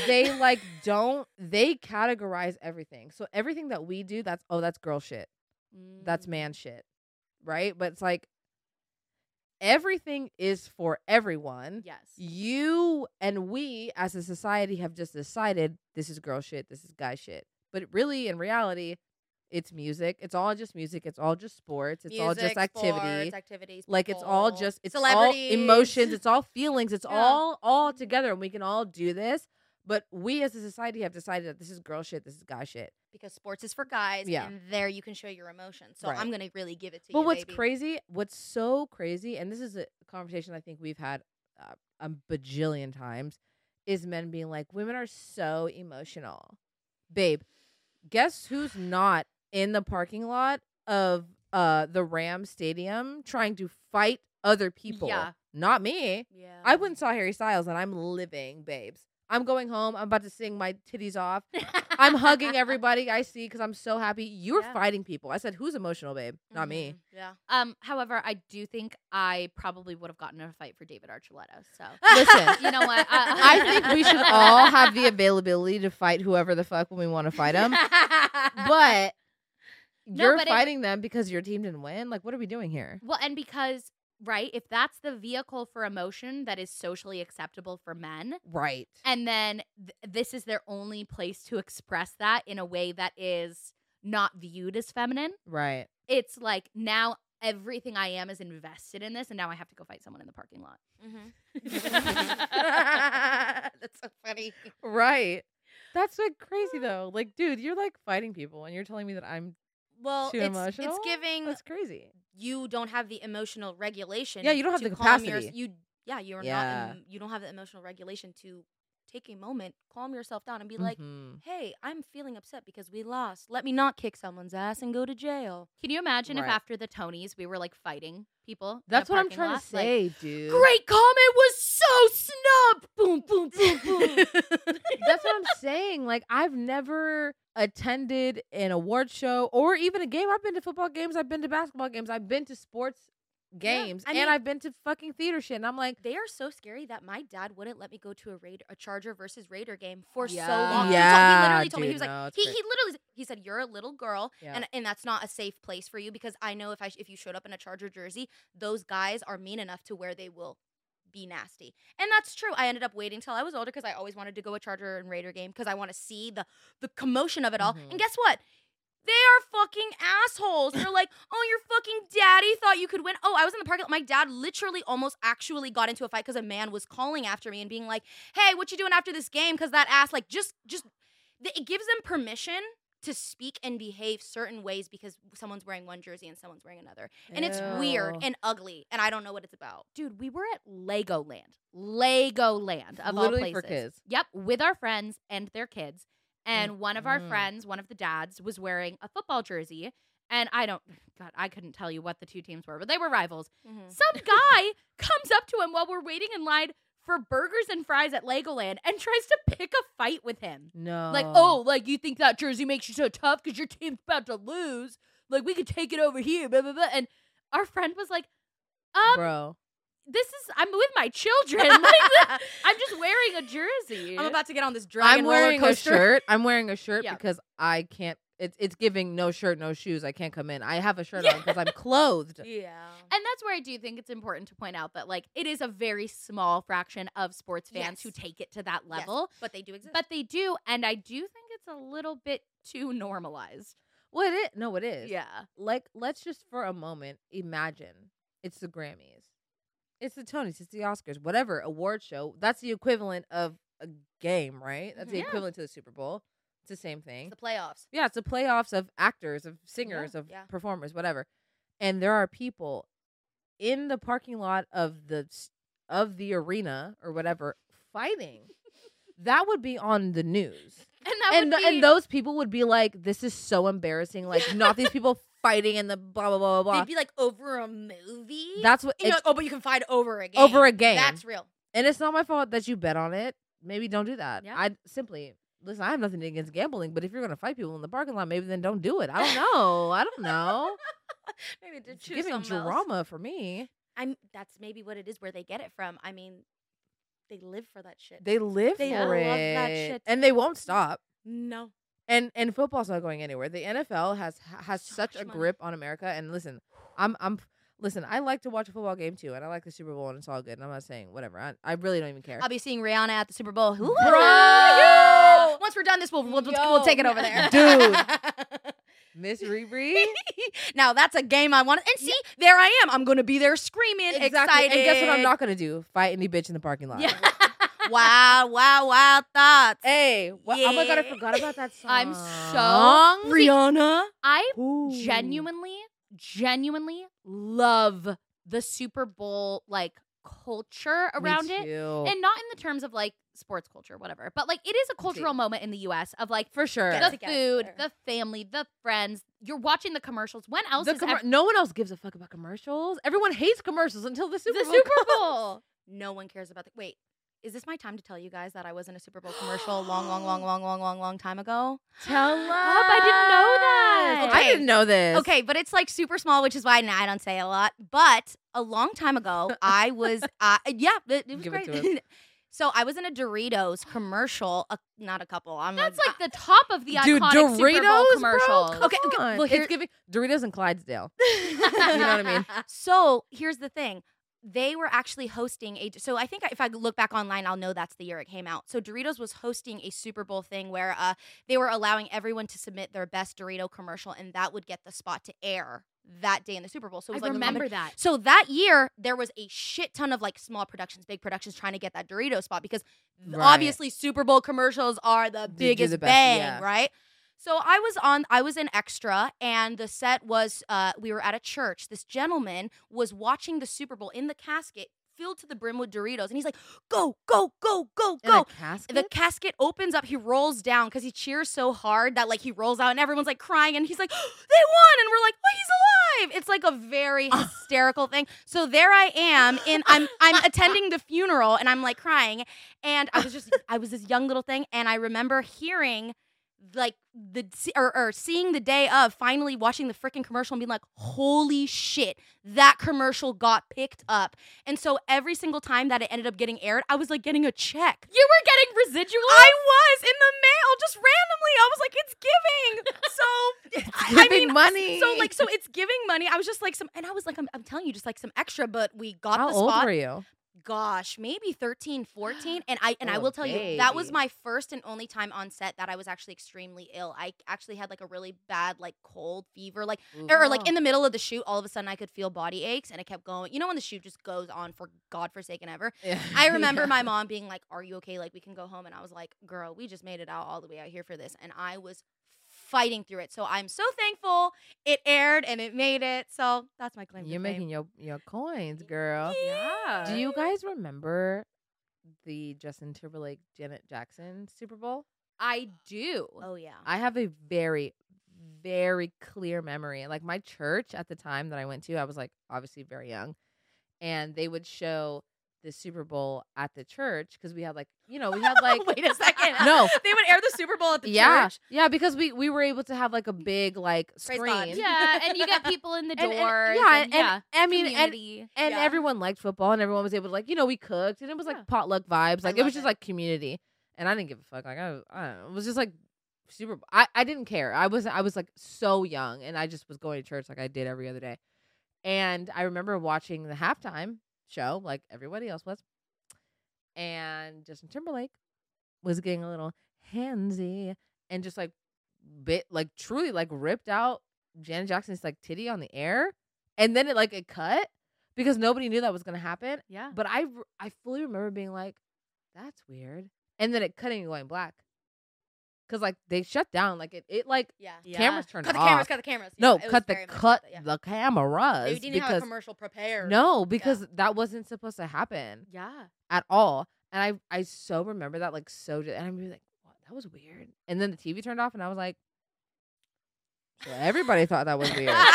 [SPEAKER 3] they like don't they categorize everything so everything that we do that's oh that's girl shit that's
[SPEAKER 2] Mm.
[SPEAKER 3] man shit, right? But it's like everything is for everyone.
[SPEAKER 2] Yes.
[SPEAKER 3] You and we as a society have just decided this is girl shit, this is guy shit. But really, in reality, it's music. It's all just music. It's all just sports. It's all just
[SPEAKER 4] Music,
[SPEAKER 3] activity.
[SPEAKER 4] sports, activities,
[SPEAKER 3] like it's all
[SPEAKER 4] people,
[SPEAKER 3] just it's all
[SPEAKER 4] celebrities.
[SPEAKER 3] emotions. It's all feelings. It's
[SPEAKER 4] Yeah.
[SPEAKER 3] all all together, and we can all do this. But we as a society have decided that this is girl shit. This is guy shit.
[SPEAKER 4] because sports is for guys.
[SPEAKER 3] Yeah.
[SPEAKER 4] and there you can show your emotions. So
[SPEAKER 3] Right.
[SPEAKER 4] I'm gonna really give it to
[SPEAKER 3] But
[SPEAKER 4] you.
[SPEAKER 3] what's
[SPEAKER 4] baby.
[SPEAKER 3] crazy, what's so crazy, and this is a conversation I think we've had uh, a bajillion times, is men being like, women are so emotional. Babe, guess who's not in the parking lot of uh, the Ram Stadium trying to fight other people?
[SPEAKER 2] Yeah.
[SPEAKER 3] Not me.
[SPEAKER 4] Yeah,
[SPEAKER 3] I went and saw Harry Styles and I'm living, babes. I'm going home. I'm about to sing my titties off. I'm hugging everybody I see because I'm so happy. You're
[SPEAKER 2] Yeah.
[SPEAKER 3] fighting people. I said, who's emotional, babe? Not me.
[SPEAKER 4] Mhm. Yeah,
[SPEAKER 2] Um, however, I do think I probably would have gotten in a fight for David Archuleta. So
[SPEAKER 3] Listen,
[SPEAKER 2] you know what? Uh,
[SPEAKER 3] I think we should all have the availability to fight whoever the fuck when we want to fight them. But
[SPEAKER 2] No,
[SPEAKER 3] you're
[SPEAKER 2] but it-
[SPEAKER 3] fighting them because your team didn't win. Like, what are we doing here?
[SPEAKER 2] Well, and because right, if that's the vehicle for emotion that is socially acceptable for men,
[SPEAKER 3] Right.
[SPEAKER 2] and then th- this is their only place to express that in a way that is not viewed as feminine,
[SPEAKER 3] Right.
[SPEAKER 2] it's like now everything I am is invested in this, and now I have to go fight someone in the parking lot.
[SPEAKER 3] Mm-hmm. That's so funny. Right. That's like crazy though. Like, dude, you're like fighting people and you're telling me that I'm
[SPEAKER 4] Well,
[SPEAKER 3] Too
[SPEAKER 4] it's,
[SPEAKER 3] emotional?
[SPEAKER 4] it's giving
[SPEAKER 3] that's crazy.
[SPEAKER 4] you don't have the emotional regulation.
[SPEAKER 3] Yeah, you don't have
[SPEAKER 4] to
[SPEAKER 3] the
[SPEAKER 4] calm your-
[SPEAKER 3] capacity.
[SPEAKER 4] you yeah, you're
[SPEAKER 3] Yeah.
[SPEAKER 4] not. em- you don't have the emotional regulation to take a moment, calm yourself down, and be like,
[SPEAKER 3] Mhm.
[SPEAKER 4] "Hey, I'm feeling upset because we lost. Let me not kick someone's ass and go to jail."
[SPEAKER 2] Can you imagine if
[SPEAKER 3] Right.
[SPEAKER 2] after the Tonys we were like fighting people? in a
[SPEAKER 3] That's what I'm
[SPEAKER 2] parking
[SPEAKER 3] trying
[SPEAKER 2] lot?
[SPEAKER 3] to
[SPEAKER 2] Like,
[SPEAKER 3] say, dude.
[SPEAKER 2] Great comment was so snub. Boom, boom, boom, boom.
[SPEAKER 3] That's what I'm saying. Like, I've never attended an award show or even a game. I've been to football games, I've been to basketball games, I've been to sports games,
[SPEAKER 4] I
[SPEAKER 3] and
[SPEAKER 4] mean-
[SPEAKER 3] I've been to fucking theater shit. And I'm like,
[SPEAKER 4] They are so scary that my dad wouldn't let me go to a Raider, a Charger versus Raider game for so
[SPEAKER 2] Yeah.
[SPEAKER 4] long. He told-
[SPEAKER 3] "Oh, Yeah,
[SPEAKER 4] he literally told me he
[SPEAKER 3] dude, no,
[SPEAKER 4] was like,
[SPEAKER 3] it's
[SPEAKER 4] he,
[SPEAKER 3] cra-
[SPEAKER 4] he literally he said, "You're a little girl,
[SPEAKER 3] Yeah.
[SPEAKER 4] and and that's not a safe place for you because I know if I if you showed up in a Charger jersey, those guys are mean enough to where they will." Be nasty, and that's true. I ended up waiting till I was older because I always wanted to go a Charger and Raider game because I want to see the the commotion of it
[SPEAKER 2] Mm-hmm.
[SPEAKER 4] all.
[SPEAKER 3] Mhm.
[SPEAKER 4] And guess what? They are fucking assholes. They're like, oh, your fucking daddy thought you could win. Oh, I was in the parking lot. My dad literally almost actually got into a fight because a man was calling after me and being like, hey, what you doing after this game? Because that ass, like, just, just, th- it gives them permission to speak and behave certain ways because someone's wearing one jersey and someone's wearing another. And it's weird
[SPEAKER 3] Ew.
[SPEAKER 4] and ugly. And I don't know what it's about.
[SPEAKER 2] Dude, we were at Legoland. Legoland of
[SPEAKER 3] Literally
[SPEAKER 2] all places.
[SPEAKER 3] for kids.
[SPEAKER 2] Yep, with our friends and their kids. And one of our
[SPEAKER 3] Mhm.
[SPEAKER 2] friends, one of the dads, was wearing a football jersey. And I don't, God, I couldn't tell you what the two teams were, but they were rivals.
[SPEAKER 4] Mm-hmm.
[SPEAKER 2] Some guy comes up to him while we're waiting in line for burgers and fries at Legoland and tries to pick a fight with him.
[SPEAKER 3] no.
[SPEAKER 2] Like, oh, like you think that jersey makes you so tough because your team's about to lose. Like, we could take it over here, blah, blah, blah. And our friend was like, um,
[SPEAKER 3] bro.
[SPEAKER 2] this is I'm with my children. Like, I'm just wearing a jersey.
[SPEAKER 4] I'm about to get on this dragon
[SPEAKER 3] I'm
[SPEAKER 4] roller
[SPEAKER 3] wearing a
[SPEAKER 4] coaster.
[SPEAKER 3] shirt. I'm wearing a shirt
[SPEAKER 2] Yeah.
[SPEAKER 3] because I can't. It's it's giving no shirt, no shoes. I can't come in. I have a shirt on because I'm clothed.
[SPEAKER 4] Yeah.
[SPEAKER 2] and that's where I do think it's important to point out that like it is a very small fraction of sports fans
[SPEAKER 4] Yes.
[SPEAKER 2] who take it to that
[SPEAKER 4] Yes,
[SPEAKER 2] level.
[SPEAKER 4] but they do exist.
[SPEAKER 2] But they do, and I do think it's a little bit too normalized.
[SPEAKER 3] What it? No, it is.
[SPEAKER 2] Yeah.
[SPEAKER 3] Like, let's just for a moment imagine it's the Grammys, it's the Tonys, it's the Oscars, whatever award show. That's the equivalent of a game, right? That's the
[SPEAKER 4] Mhm. Yeah.
[SPEAKER 3] equivalent to the Super Bowl. It's the same thing.
[SPEAKER 4] It's the playoffs.
[SPEAKER 3] Yeah, it's the playoffs of actors, of singers, of
[SPEAKER 4] yeah.
[SPEAKER 3] performers, whatever. And there are people in the parking lot of the s- of the arena or whatever fighting. that would be on the news.
[SPEAKER 2] And that
[SPEAKER 3] and
[SPEAKER 2] would
[SPEAKER 3] th-
[SPEAKER 2] be
[SPEAKER 3] and those people would be like, "This is so embarrassing! Like, not these people fighting and the blah blah blah blah
[SPEAKER 4] They'd be like over a movie.
[SPEAKER 3] blah." That's what
[SPEAKER 4] And you're
[SPEAKER 3] it's
[SPEAKER 4] like, oh, but you can fight over a game.
[SPEAKER 3] over a game.
[SPEAKER 4] That's real.
[SPEAKER 3] and it's not my fault that you bet on it. Maybe don't do that.
[SPEAKER 2] Yeah.
[SPEAKER 3] I simply listen. I have nothing against gambling, but if you're gonna fight people in the parking lot, maybe then don't do it. I don't know. I don't know.
[SPEAKER 4] Maybe to
[SPEAKER 3] It's
[SPEAKER 4] choose
[SPEAKER 3] giving
[SPEAKER 4] something else.
[SPEAKER 3] drama for me.
[SPEAKER 4] I'm. That's maybe what it is. Where they get it from. I mean, they live for that shit.
[SPEAKER 3] They live
[SPEAKER 4] They
[SPEAKER 3] for
[SPEAKER 4] love
[SPEAKER 3] it,
[SPEAKER 4] that shit.
[SPEAKER 3] and they won't stop.
[SPEAKER 4] no.
[SPEAKER 3] And and football's not going anywhere. The NFL has has
[SPEAKER 4] So
[SPEAKER 3] such
[SPEAKER 4] much
[SPEAKER 3] a
[SPEAKER 4] money.
[SPEAKER 3] grip on America. And listen, I'm I'm listen. I like to watch a football game too, and I like the Super Bowl, and it's all good. And I'm not saying whatever. I, I really don't even care.
[SPEAKER 4] I'll be seeing Rihanna at the Super Bowl. Who?
[SPEAKER 3] Bro!
[SPEAKER 4] Once we're done this, we'll we'll, we'll-
[SPEAKER 3] Yo.
[SPEAKER 4] we'll take it over there,
[SPEAKER 3] Dude. Miss Riri,
[SPEAKER 4] now that's a game I want. And see, there I am. I'm gonna be there screaming,
[SPEAKER 3] exactly.
[SPEAKER 4] excited.
[SPEAKER 3] And guess what? I'm not gonna do fight any bitch in the parking lot.
[SPEAKER 2] Yeah.
[SPEAKER 4] Wow! Wow! Wow! Thoughts.
[SPEAKER 3] Hey, wha- oh my god, I
[SPEAKER 4] Yeah.
[SPEAKER 3] forgot about that song.
[SPEAKER 2] I'm so-
[SPEAKER 4] Rihanna.
[SPEAKER 2] I
[SPEAKER 3] Ooh.
[SPEAKER 2] genuinely, genuinely love the Super Bowl like culture
[SPEAKER 3] Me
[SPEAKER 2] around it.
[SPEAKER 3] too.
[SPEAKER 2] And not in the terms of like sports culture, whatever, but like it is a cultural moment in the US of like
[SPEAKER 3] for sure.
[SPEAKER 4] Get
[SPEAKER 2] the
[SPEAKER 4] together.
[SPEAKER 2] food, the family, the friends. You're watching the commercials. When else
[SPEAKER 3] The
[SPEAKER 2] is
[SPEAKER 3] commer-
[SPEAKER 2] ev-
[SPEAKER 3] no one else gives a fuck about commercials. Everyone hates commercials until the Super
[SPEAKER 2] the
[SPEAKER 3] Bowl.
[SPEAKER 2] Super
[SPEAKER 3] comes.
[SPEAKER 2] Bowl?
[SPEAKER 4] No one cares about the wait. Is this my time to tell you guys that I was in a Super Bowl commercial a long, long, long, long, long, long, long time ago?
[SPEAKER 3] Tell
[SPEAKER 2] Oh
[SPEAKER 3] us.
[SPEAKER 2] I didn't know that.
[SPEAKER 3] I didn't know this.
[SPEAKER 4] Okay, but it's like super small, which is why nah, I don't say a lot. But a long time ago, I was, uh, yeah, it, it was
[SPEAKER 3] Give it
[SPEAKER 4] great.
[SPEAKER 3] to
[SPEAKER 2] So I was in a Doritos commercial, a, not a couple. I'm
[SPEAKER 5] That's
[SPEAKER 2] a,
[SPEAKER 4] uh,
[SPEAKER 5] like the top of the
[SPEAKER 3] Dude,
[SPEAKER 5] iconic
[SPEAKER 3] Doritos,
[SPEAKER 5] Super Bowl commercial.
[SPEAKER 3] Bro, come
[SPEAKER 2] Okay, okay,
[SPEAKER 3] on.
[SPEAKER 2] well, here-
[SPEAKER 3] it's giving Doritos and Clydesdale.
[SPEAKER 2] you
[SPEAKER 3] know what I mean?
[SPEAKER 2] So here's the thing. They were actually hosting a. So I think if I look back online, I'll know that's the year it came out. So Doritos was hosting a Super Bowl thing where uh, they were allowing everyone to submit their best Dorito commercial, and that would get the spot to air that day in the Super Bowl. So it
[SPEAKER 5] I
[SPEAKER 2] was like a combination-
[SPEAKER 5] remember that.
[SPEAKER 2] so that year, there was a shit ton of like small productions, big productions trying to get that Dorito spot because
[SPEAKER 3] Right.
[SPEAKER 2] obviously Super Bowl commercials are the
[SPEAKER 3] do
[SPEAKER 2] biggest
[SPEAKER 3] the best,
[SPEAKER 2] bang,
[SPEAKER 3] yeah.
[SPEAKER 2] right? So I was on, I was an extra, and the set was, uh, we were at a church. This gentleman was watching the Super Bowl in the casket, filled to the brim with Doritos, and he's like, "Go, go, go, go,
[SPEAKER 3] In a
[SPEAKER 2] go!"
[SPEAKER 3] casket?
[SPEAKER 2] The casket opens up. He rolls down because he cheers so hard that like he rolls out and everyone's like crying and he's like, they won! And we're like, oh, he's alive! It's like a very hysterical thing. So there I am, and I'm I'm attending the funeral and I'm like crying. And I was just I was this young little thing, and I remember hearing like the or, or seeing the day of finally watching the freaking commercial and being like holy shit that commercial got picked up and so every single time that it ended up getting aired i was like getting a check
[SPEAKER 5] You were getting residual.
[SPEAKER 2] I was in the mail just randomly. I was like, it's giving. So I- I,
[SPEAKER 3] giving
[SPEAKER 2] mean,
[SPEAKER 3] money.
[SPEAKER 2] So like, so it's giving money. I was just like some, and I was like, I'm, I'm telling you, just like some extra. But we got
[SPEAKER 3] How
[SPEAKER 2] the
[SPEAKER 3] old
[SPEAKER 2] spot.
[SPEAKER 3] were you?
[SPEAKER 2] Gosh, maybe 13, 14. and I and I
[SPEAKER 3] Oh,
[SPEAKER 2] will tell you that was
[SPEAKER 3] baby.
[SPEAKER 2] my first and only time on set that I was actually extremely ill. I actually had like a really bad like cold fever, like or, or, like in the middle of the shoot, all of a sudden I could feel body aches, and it kept going. You know when the shoot just goes on for godforsaken ever.
[SPEAKER 3] Yeah.
[SPEAKER 2] I remember
[SPEAKER 3] Yeah.
[SPEAKER 2] my mom being like, "Are you okay? Like we can go home." And I was like, "Girl, we just made it out all the way out here for this." And I was fighting through it. So I'm so thankful it aired and it made it. So that's my claim.
[SPEAKER 3] You're
[SPEAKER 2] to
[SPEAKER 3] making your your coins, girl.
[SPEAKER 2] Yeah.
[SPEAKER 3] Do you guys remember the Justin Timberlake Janet Jackson Super Bowl?
[SPEAKER 5] I do.
[SPEAKER 2] Fame. Oh yeah.
[SPEAKER 3] I have a very, very clear memory. And, Like my church at the time that I went to, I was like obviously very young, and they would show the Super Bowl at the church because we had like you know we had like
[SPEAKER 2] Wait a second.
[SPEAKER 3] no
[SPEAKER 2] They would air the Super Bowl at the
[SPEAKER 3] yeah
[SPEAKER 2] church.
[SPEAKER 3] yeah because we we were able to have like a big like
[SPEAKER 2] Praise
[SPEAKER 3] screen
[SPEAKER 2] God.
[SPEAKER 5] Yeah, and you get people in the
[SPEAKER 3] And- and-
[SPEAKER 5] doors.
[SPEAKER 3] yeah,
[SPEAKER 5] and,
[SPEAKER 3] and- I mean and
[SPEAKER 5] community.
[SPEAKER 3] and
[SPEAKER 2] Yeah.
[SPEAKER 3] everyone liked football and everyone was able to like you know we cooked and it was like
[SPEAKER 5] Yeah.
[SPEAKER 3] potluck vibes
[SPEAKER 2] I
[SPEAKER 3] like it
[SPEAKER 2] love
[SPEAKER 3] was just
[SPEAKER 2] it.
[SPEAKER 3] like community and i didn't give a fuck like i, I don't know it was just like super I, I didn't care i was i was like so young and i just was going to church like i did every other day and i remember watching the halftime show like everybody else was and justin timberlake was getting a little handsy and just like bit like truly like ripped out janet jackson's like titty on the air and then it like it cut because nobody knew that was gonna happen
[SPEAKER 5] yeah.
[SPEAKER 3] but I, r- I fully remember being like, that's weird. And then it cutting and going black. Cause like they shut down. Like it, it like
[SPEAKER 2] Yeah.
[SPEAKER 3] cameras turned
[SPEAKER 2] Cut the
[SPEAKER 3] off.
[SPEAKER 2] cameras. Cut the cameras. Yeah,
[SPEAKER 3] no,
[SPEAKER 2] it was
[SPEAKER 3] cut the
[SPEAKER 2] very much like
[SPEAKER 3] cut
[SPEAKER 2] that, yeah.
[SPEAKER 3] the cameras.
[SPEAKER 2] They didn't
[SPEAKER 3] because,
[SPEAKER 2] have a commercial prepared.
[SPEAKER 3] No, because that wasn't supposed to happen
[SPEAKER 5] Yeah.
[SPEAKER 3] at all. And I I so remember that like so di- and I'm like, what that was weird. And then the TV turned off and I was like so everybody thought that was weird.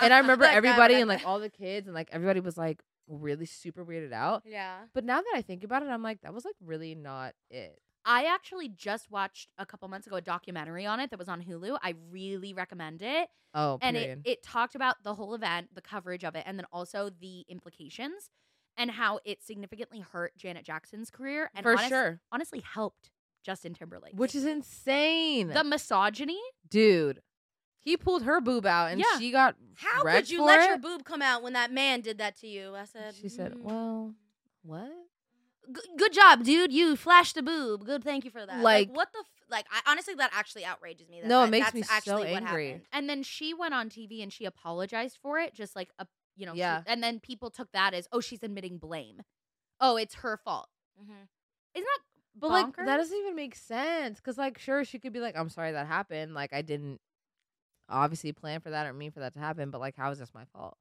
[SPEAKER 3] And I remember
[SPEAKER 2] That guy
[SPEAKER 3] everybody
[SPEAKER 2] would've-
[SPEAKER 3] and like all the kids and like everybody was like really super weirded out.
[SPEAKER 2] Yeah.
[SPEAKER 3] But now that I think about it, I'm like, that was like really not it.
[SPEAKER 5] I actually just watched a couple months ago a documentary on it that was on Hulu. I really recommend it.
[SPEAKER 3] Oh,
[SPEAKER 5] and
[SPEAKER 3] period.
[SPEAKER 5] it, it talked about the whole event, the coverage of it, and then also the implications and how it significantly hurt Janet Jackson's career and
[SPEAKER 3] for
[SPEAKER 5] honest-
[SPEAKER 3] sure,
[SPEAKER 5] honestly helped Justin Timberlake.
[SPEAKER 3] which is insane,
[SPEAKER 5] the misogyny.
[SPEAKER 3] dude. He pulled her boob out, and
[SPEAKER 5] Yeah.
[SPEAKER 3] she got
[SPEAKER 2] How
[SPEAKER 3] wrecked
[SPEAKER 2] could you
[SPEAKER 3] for
[SPEAKER 2] let
[SPEAKER 3] it?
[SPEAKER 2] your boob come out when that man did that to you? I said.
[SPEAKER 3] She said,
[SPEAKER 2] "Mm,
[SPEAKER 3] "Well, what?
[SPEAKER 2] G- good job, dude. You flashed the boob. Good, thank you for that. Like,
[SPEAKER 3] Like-
[SPEAKER 2] what the? F- like, I, honestly, that actually outrages me. That,
[SPEAKER 3] No, it
[SPEAKER 2] that-
[SPEAKER 3] makes
[SPEAKER 2] that's
[SPEAKER 3] me so
[SPEAKER 2] actually what
[SPEAKER 3] angry.
[SPEAKER 2] happened.
[SPEAKER 5] And then she went on TV and she apologized for it, just
[SPEAKER 2] uh,
[SPEAKER 5] like a you know, she-
[SPEAKER 3] Yeah.
[SPEAKER 5] and then people took that as oh she's admitting blame, oh it's her fault. Isn't that
[SPEAKER 3] Mm-hmm. But like that
[SPEAKER 5] bonkers?
[SPEAKER 3] doesn't even make sense. Cause like, sure, she could be like, "I'm sorry that happened. Like, I didn't obviously plan for that or mean for that to happen. But like, how is this my fault?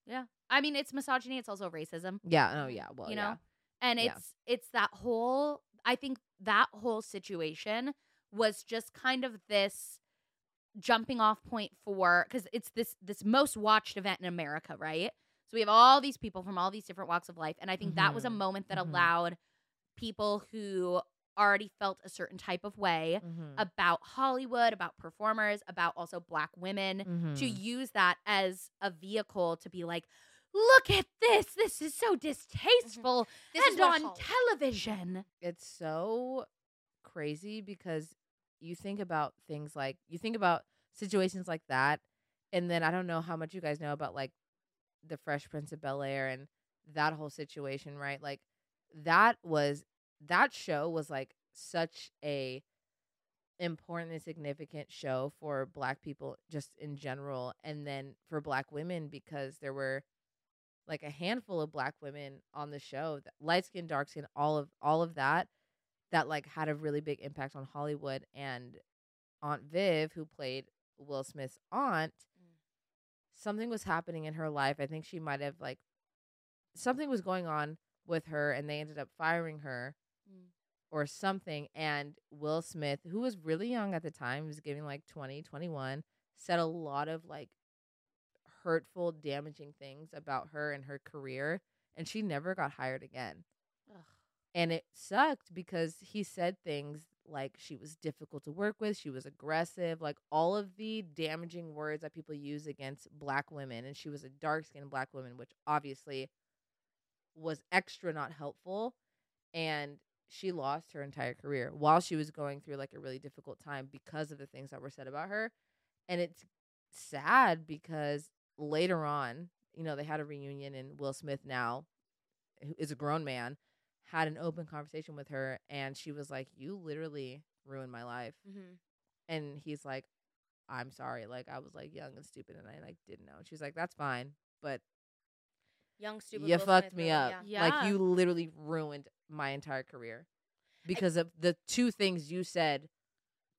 [SPEAKER 5] I mean it's misogyny, it's also racism.
[SPEAKER 3] Yeah. No. Yeah. Well.
[SPEAKER 5] you know
[SPEAKER 3] yeah.
[SPEAKER 5] and
[SPEAKER 3] Yeah.
[SPEAKER 5] it's it's that whole i think that whole situation was just kind of this jumping off point for because it's this this most watched event in america right so we have all these people from all these different walks of life and i think that was a
[SPEAKER 3] Mhm.
[SPEAKER 5] moment that
[SPEAKER 3] Mhm.
[SPEAKER 5] allowed people who already felt a certain type of way
[SPEAKER 3] Mhm.
[SPEAKER 5] about hollywood about
[SPEAKER 4] Hmm.
[SPEAKER 5] performers about also black women to
[SPEAKER 3] Mhm.
[SPEAKER 5] use that as a vehicle to be like,
[SPEAKER 2] look at this. This is so distasteful.
[SPEAKER 4] Mm-hmm. This
[SPEAKER 2] and
[SPEAKER 4] is what it
[SPEAKER 2] on
[SPEAKER 4] calls.
[SPEAKER 2] television.
[SPEAKER 3] it's so crazy because you think about things like you think about situations like that and then i don't know how much you guys know about like the fresh prince of bel air and that whole situation right like that was that show was like such a important and significant show for black people just in general and then for black women because there were like a handful of black women on the show that, light skin dark skin all of all of that that like had a really big impact on hollywood and aunt viv who played will smith's aunt something was happening in her life i think she might have like something was going on with her and they ended up firing her
[SPEAKER 4] Mm.
[SPEAKER 3] or something and will smith who was really young at the time he was giving like 20 21 said a lot of like hurtful, damaging things about her and her career, and she never got hired again. And it sucked because he said things like she was difficult to work with, she was aggressive, like all of the damaging words that people use against black women. And she was a dark skinned black woman, which obviously was extra not helpful. And she lost her entire career while she was going through like a really difficult time because of the things that were said about her. And it's sad because later on, you know, they had a reunion, and Will Smith now, who is a grown man, had an open conversation with her, and she was like, "You literally ruined my life,"
[SPEAKER 4] Mm-hmm.
[SPEAKER 3] and he's like, "I'm sorry, like I was like young and stupid, and I like didn't know." And she's like, "That's fine, but
[SPEAKER 4] Young stupid.
[SPEAKER 3] you
[SPEAKER 4] Will
[SPEAKER 3] fucked
[SPEAKER 4] Smith
[SPEAKER 3] me
[SPEAKER 4] movie,
[SPEAKER 3] up.
[SPEAKER 4] yeah.
[SPEAKER 2] yeah.
[SPEAKER 3] Like
[SPEAKER 2] Yeah.
[SPEAKER 3] you literally ruined my entire career because of the two things you said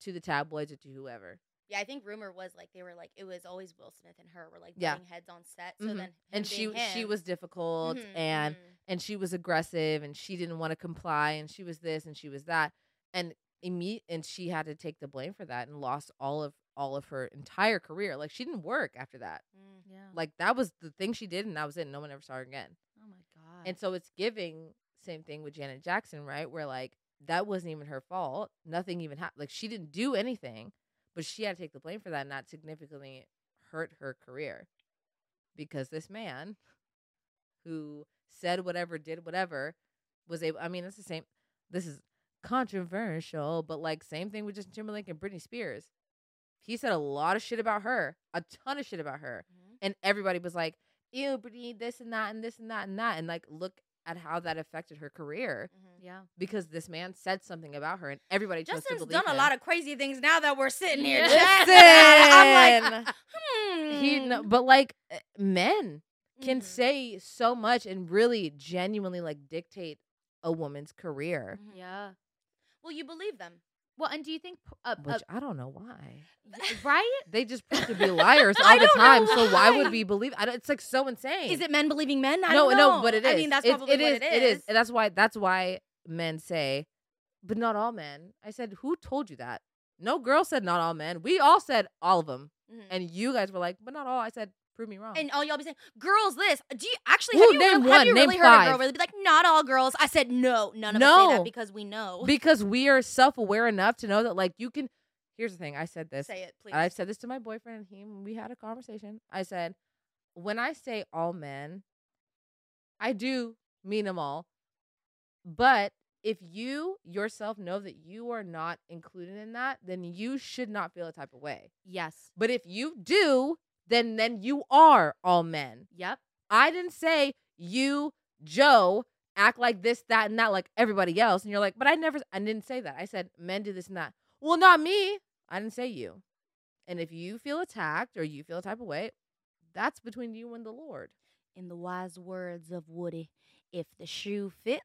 [SPEAKER 3] to the tabloids or to whoever."
[SPEAKER 4] Yeah, I think rumor was like they were like it was always Will Smith and her were like
[SPEAKER 3] Yeah.
[SPEAKER 4] butting heads on set. So
[SPEAKER 2] Mm-hmm.
[SPEAKER 3] Mhm.
[SPEAKER 4] then him
[SPEAKER 3] And she
[SPEAKER 4] being
[SPEAKER 3] she
[SPEAKER 4] him-
[SPEAKER 3] was difficult
[SPEAKER 4] Mhm,
[SPEAKER 3] and
[SPEAKER 4] mhm.
[SPEAKER 3] and she was aggressive and she didn't want to comply and she was this and she was that and imme- and she had to take the blame for that and lost all of all of her entire career like she didn't work after that
[SPEAKER 4] Mm.
[SPEAKER 2] Yeah.
[SPEAKER 3] like that was the thing she did and that was it no one ever saw her again
[SPEAKER 2] Oh my god.
[SPEAKER 3] and so it's giving same thing with Janet Jackson, right? Where like that wasn't even her fault. Nothing even happened. Like she didn't do anything, but she had to take the blame for that and that significantly hurt her career. Because this man who said whatever, did whatever, was able I mean, it's the same this is controversial, but like same thing with Justin Timberlake and Britney Spears. He said a lot of shit about her, a ton of shit about her.
[SPEAKER 4] Mhm.
[SPEAKER 3] And everybody was like, ew, Britney, this and that and this and that and that. And like, look at how that affected her career
[SPEAKER 4] Mhm.
[SPEAKER 2] yeah.
[SPEAKER 3] because this man said something about her and everybody chose to
[SPEAKER 4] Justin's
[SPEAKER 3] believe
[SPEAKER 4] done a
[SPEAKER 3] him.
[SPEAKER 4] lot of crazy things now that we're sitting here.
[SPEAKER 2] Yeah.
[SPEAKER 4] chatting about it. I'm
[SPEAKER 3] Listen!
[SPEAKER 4] like, hmm.
[SPEAKER 3] he, kn- but like, eh, men can
[SPEAKER 4] Mhm.
[SPEAKER 3] say so much and really genuinely like dictate a woman's career,
[SPEAKER 4] Mhm.
[SPEAKER 2] Yeah.
[SPEAKER 4] Well, you believe them.
[SPEAKER 2] Well, and do you think p- uh,
[SPEAKER 4] Mm,
[SPEAKER 2] uh,
[SPEAKER 3] which I don't know why.
[SPEAKER 2] y- right?
[SPEAKER 3] They just prove to be liars
[SPEAKER 4] I
[SPEAKER 3] all the
[SPEAKER 4] don't know
[SPEAKER 3] time. So why
[SPEAKER 4] why.
[SPEAKER 3] would we believe? I don't, it's like so insane.
[SPEAKER 4] Is it men believing men? I
[SPEAKER 3] no, no,
[SPEAKER 4] don't know.
[SPEAKER 3] but it is.
[SPEAKER 4] I mean, that's
[SPEAKER 3] It-
[SPEAKER 4] probably
[SPEAKER 3] it
[SPEAKER 4] what
[SPEAKER 3] is. It is. And that's why. That's why men say, but not all men. I said, who told you that? No girl said not all men. We all said all of them,
[SPEAKER 4] Mhm.
[SPEAKER 3] and you guys were like, but not all. I said, prove me wrong.
[SPEAKER 4] And all y'all be saying, girls, this. Do you actually
[SPEAKER 3] Ooh,
[SPEAKER 4] have you,
[SPEAKER 3] name
[SPEAKER 4] real- have
[SPEAKER 3] one,
[SPEAKER 4] you
[SPEAKER 3] name
[SPEAKER 4] really heard a
[SPEAKER 3] five.
[SPEAKER 4] girl really be like, not all girls? I said no, none of us say
[SPEAKER 3] No.
[SPEAKER 4] that because we know.
[SPEAKER 3] because we are self-aware enough to know that, like, you can. Here's the thing. I said this.
[SPEAKER 4] say it, please.
[SPEAKER 3] I said this to my boyfriend. He we had a conversation. I said, when I say all men, I do mean them all. But if you yourself know that you are not included in that, then you should not feel a type of way.
[SPEAKER 2] Yes.
[SPEAKER 3] But if you do, then then you are all men.
[SPEAKER 2] Yep.
[SPEAKER 3] I didn't say you, Joe, act like this, that, and that, like everybody else. And you're like, but I never, I didn't say that. I said men do this and that. Well, not me. I didn't say you. And if you feel attacked or you feel a type of way, that's between you and the Lord.
[SPEAKER 4] In the wise words of Woody, if the shoe fits,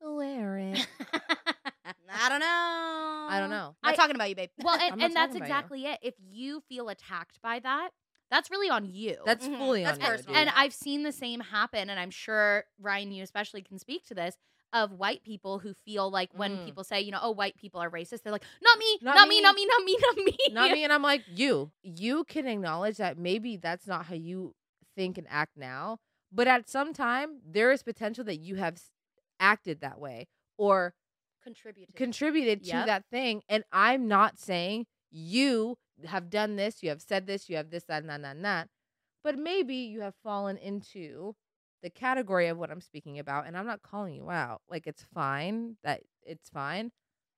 [SPEAKER 3] Wear it.
[SPEAKER 4] I don't know. I
[SPEAKER 3] I don't know.
[SPEAKER 4] I'm
[SPEAKER 2] I-
[SPEAKER 4] not talking about you, babe.
[SPEAKER 2] Well,
[SPEAKER 3] I'm
[SPEAKER 2] and,
[SPEAKER 3] not
[SPEAKER 2] and that's
[SPEAKER 3] talking about
[SPEAKER 2] exactly it. If you feel attacked by that, that's really on you.
[SPEAKER 3] That's
[SPEAKER 4] Mhm.
[SPEAKER 3] fully
[SPEAKER 4] That's
[SPEAKER 3] on you,
[SPEAKER 4] personal.
[SPEAKER 3] dude.
[SPEAKER 2] and I've seen the same happen, and I'm sure Ryan, you especially can speak to this of white people who feel like when
[SPEAKER 3] Mm.
[SPEAKER 2] people say, you know, oh, white people are racist, they're like, not me,
[SPEAKER 3] Not
[SPEAKER 2] not, me.
[SPEAKER 3] me.
[SPEAKER 2] not me, not me, not me,
[SPEAKER 3] not me and i'm like you you can acknowledge that maybe that's not how you think and act now but at some time there is potential that you have s- acted that way or
[SPEAKER 4] Contributed.
[SPEAKER 3] contributed to
[SPEAKER 2] Yep.
[SPEAKER 3] that thing and i'm not saying you have done this you have said this you have this that and that and that, and that but maybe you have fallen into the category of what I'm speaking about, and I'm not calling you out. Like it's fine that it's fine,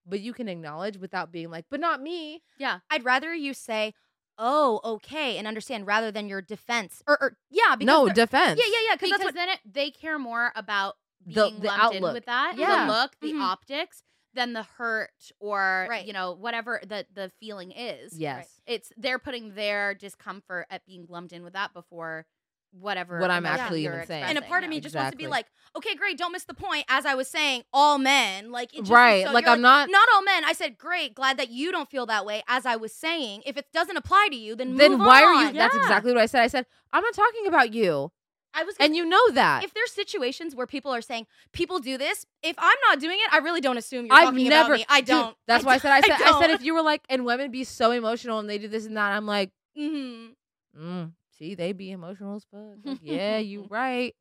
[SPEAKER 3] but you can acknowledge without being like, but not me.
[SPEAKER 4] I'd rather you say, "Oh, okay," and understand rather than your defense or, or yeah, because
[SPEAKER 3] no
[SPEAKER 4] they're-
[SPEAKER 3] defense.
[SPEAKER 4] yeah, yeah, yeah, because
[SPEAKER 2] because
[SPEAKER 4] that's what
[SPEAKER 2] then it, they care more about
[SPEAKER 3] The-
[SPEAKER 2] being
[SPEAKER 3] the
[SPEAKER 2] lumped
[SPEAKER 3] outlook.
[SPEAKER 2] in with that,
[SPEAKER 3] Yeah.
[SPEAKER 2] the look, the
[SPEAKER 4] Mhm.
[SPEAKER 2] optics, than the hurt or
[SPEAKER 4] Right.
[SPEAKER 2] you know whatever the the feeling is.
[SPEAKER 3] Yes.
[SPEAKER 2] it's they're putting their discomfort at being lumped in with that before whatever
[SPEAKER 3] What I'm
[SPEAKER 2] emotion
[SPEAKER 3] actually
[SPEAKER 2] you're
[SPEAKER 3] even saying.
[SPEAKER 4] and a
[SPEAKER 2] expressing,
[SPEAKER 4] part of
[SPEAKER 2] yeah.
[SPEAKER 4] me just wants to be
[SPEAKER 3] Exactly.
[SPEAKER 4] like, "Okay, great, don't miss the point." As I was saying, all men, like it just is
[SPEAKER 3] right.
[SPEAKER 4] so-
[SPEAKER 3] like
[SPEAKER 4] you're
[SPEAKER 3] I'm not.
[SPEAKER 4] Not all men. I said, great, glad that you don't feel that way. As I was saying, if it doesn't apply to you, then
[SPEAKER 3] Then
[SPEAKER 4] move
[SPEAKER 3] why are
[SPEAKER 4] on.
[SPEAKER 3] you? That's
[SPEAKER 4] Yeah.
[SPEAKER 3] exactly what I said. I said I'm not talking about you,
[SPEAKER 4] I was. gonna
[SPEAKER 3] and you know that.
[SPEAKER 4] if there's situations where people are saying people do this, if I'm not doing it, I really don't assume you're
[SPEAKER 3] I've
[SPEAKER 4] talking
[SPEAKER 3] never.
[SPEAKER 4] about me. I
[SPEAKER 3] Dude,
[SPEAKER 4] don't.
[SPEAKER 3] that's why I said. I said. I, said
[SPEAKER 4] don't.
[SPEAKER 3] if you were like, and women be so emotional and they do this and that. I'm like,
[SPEAKER 2] mm-hmm.
[SPEAKER 4] Mhm.
[SPEAKER 3] mm, see, they be emotional as fuck. Like, yeah, you right.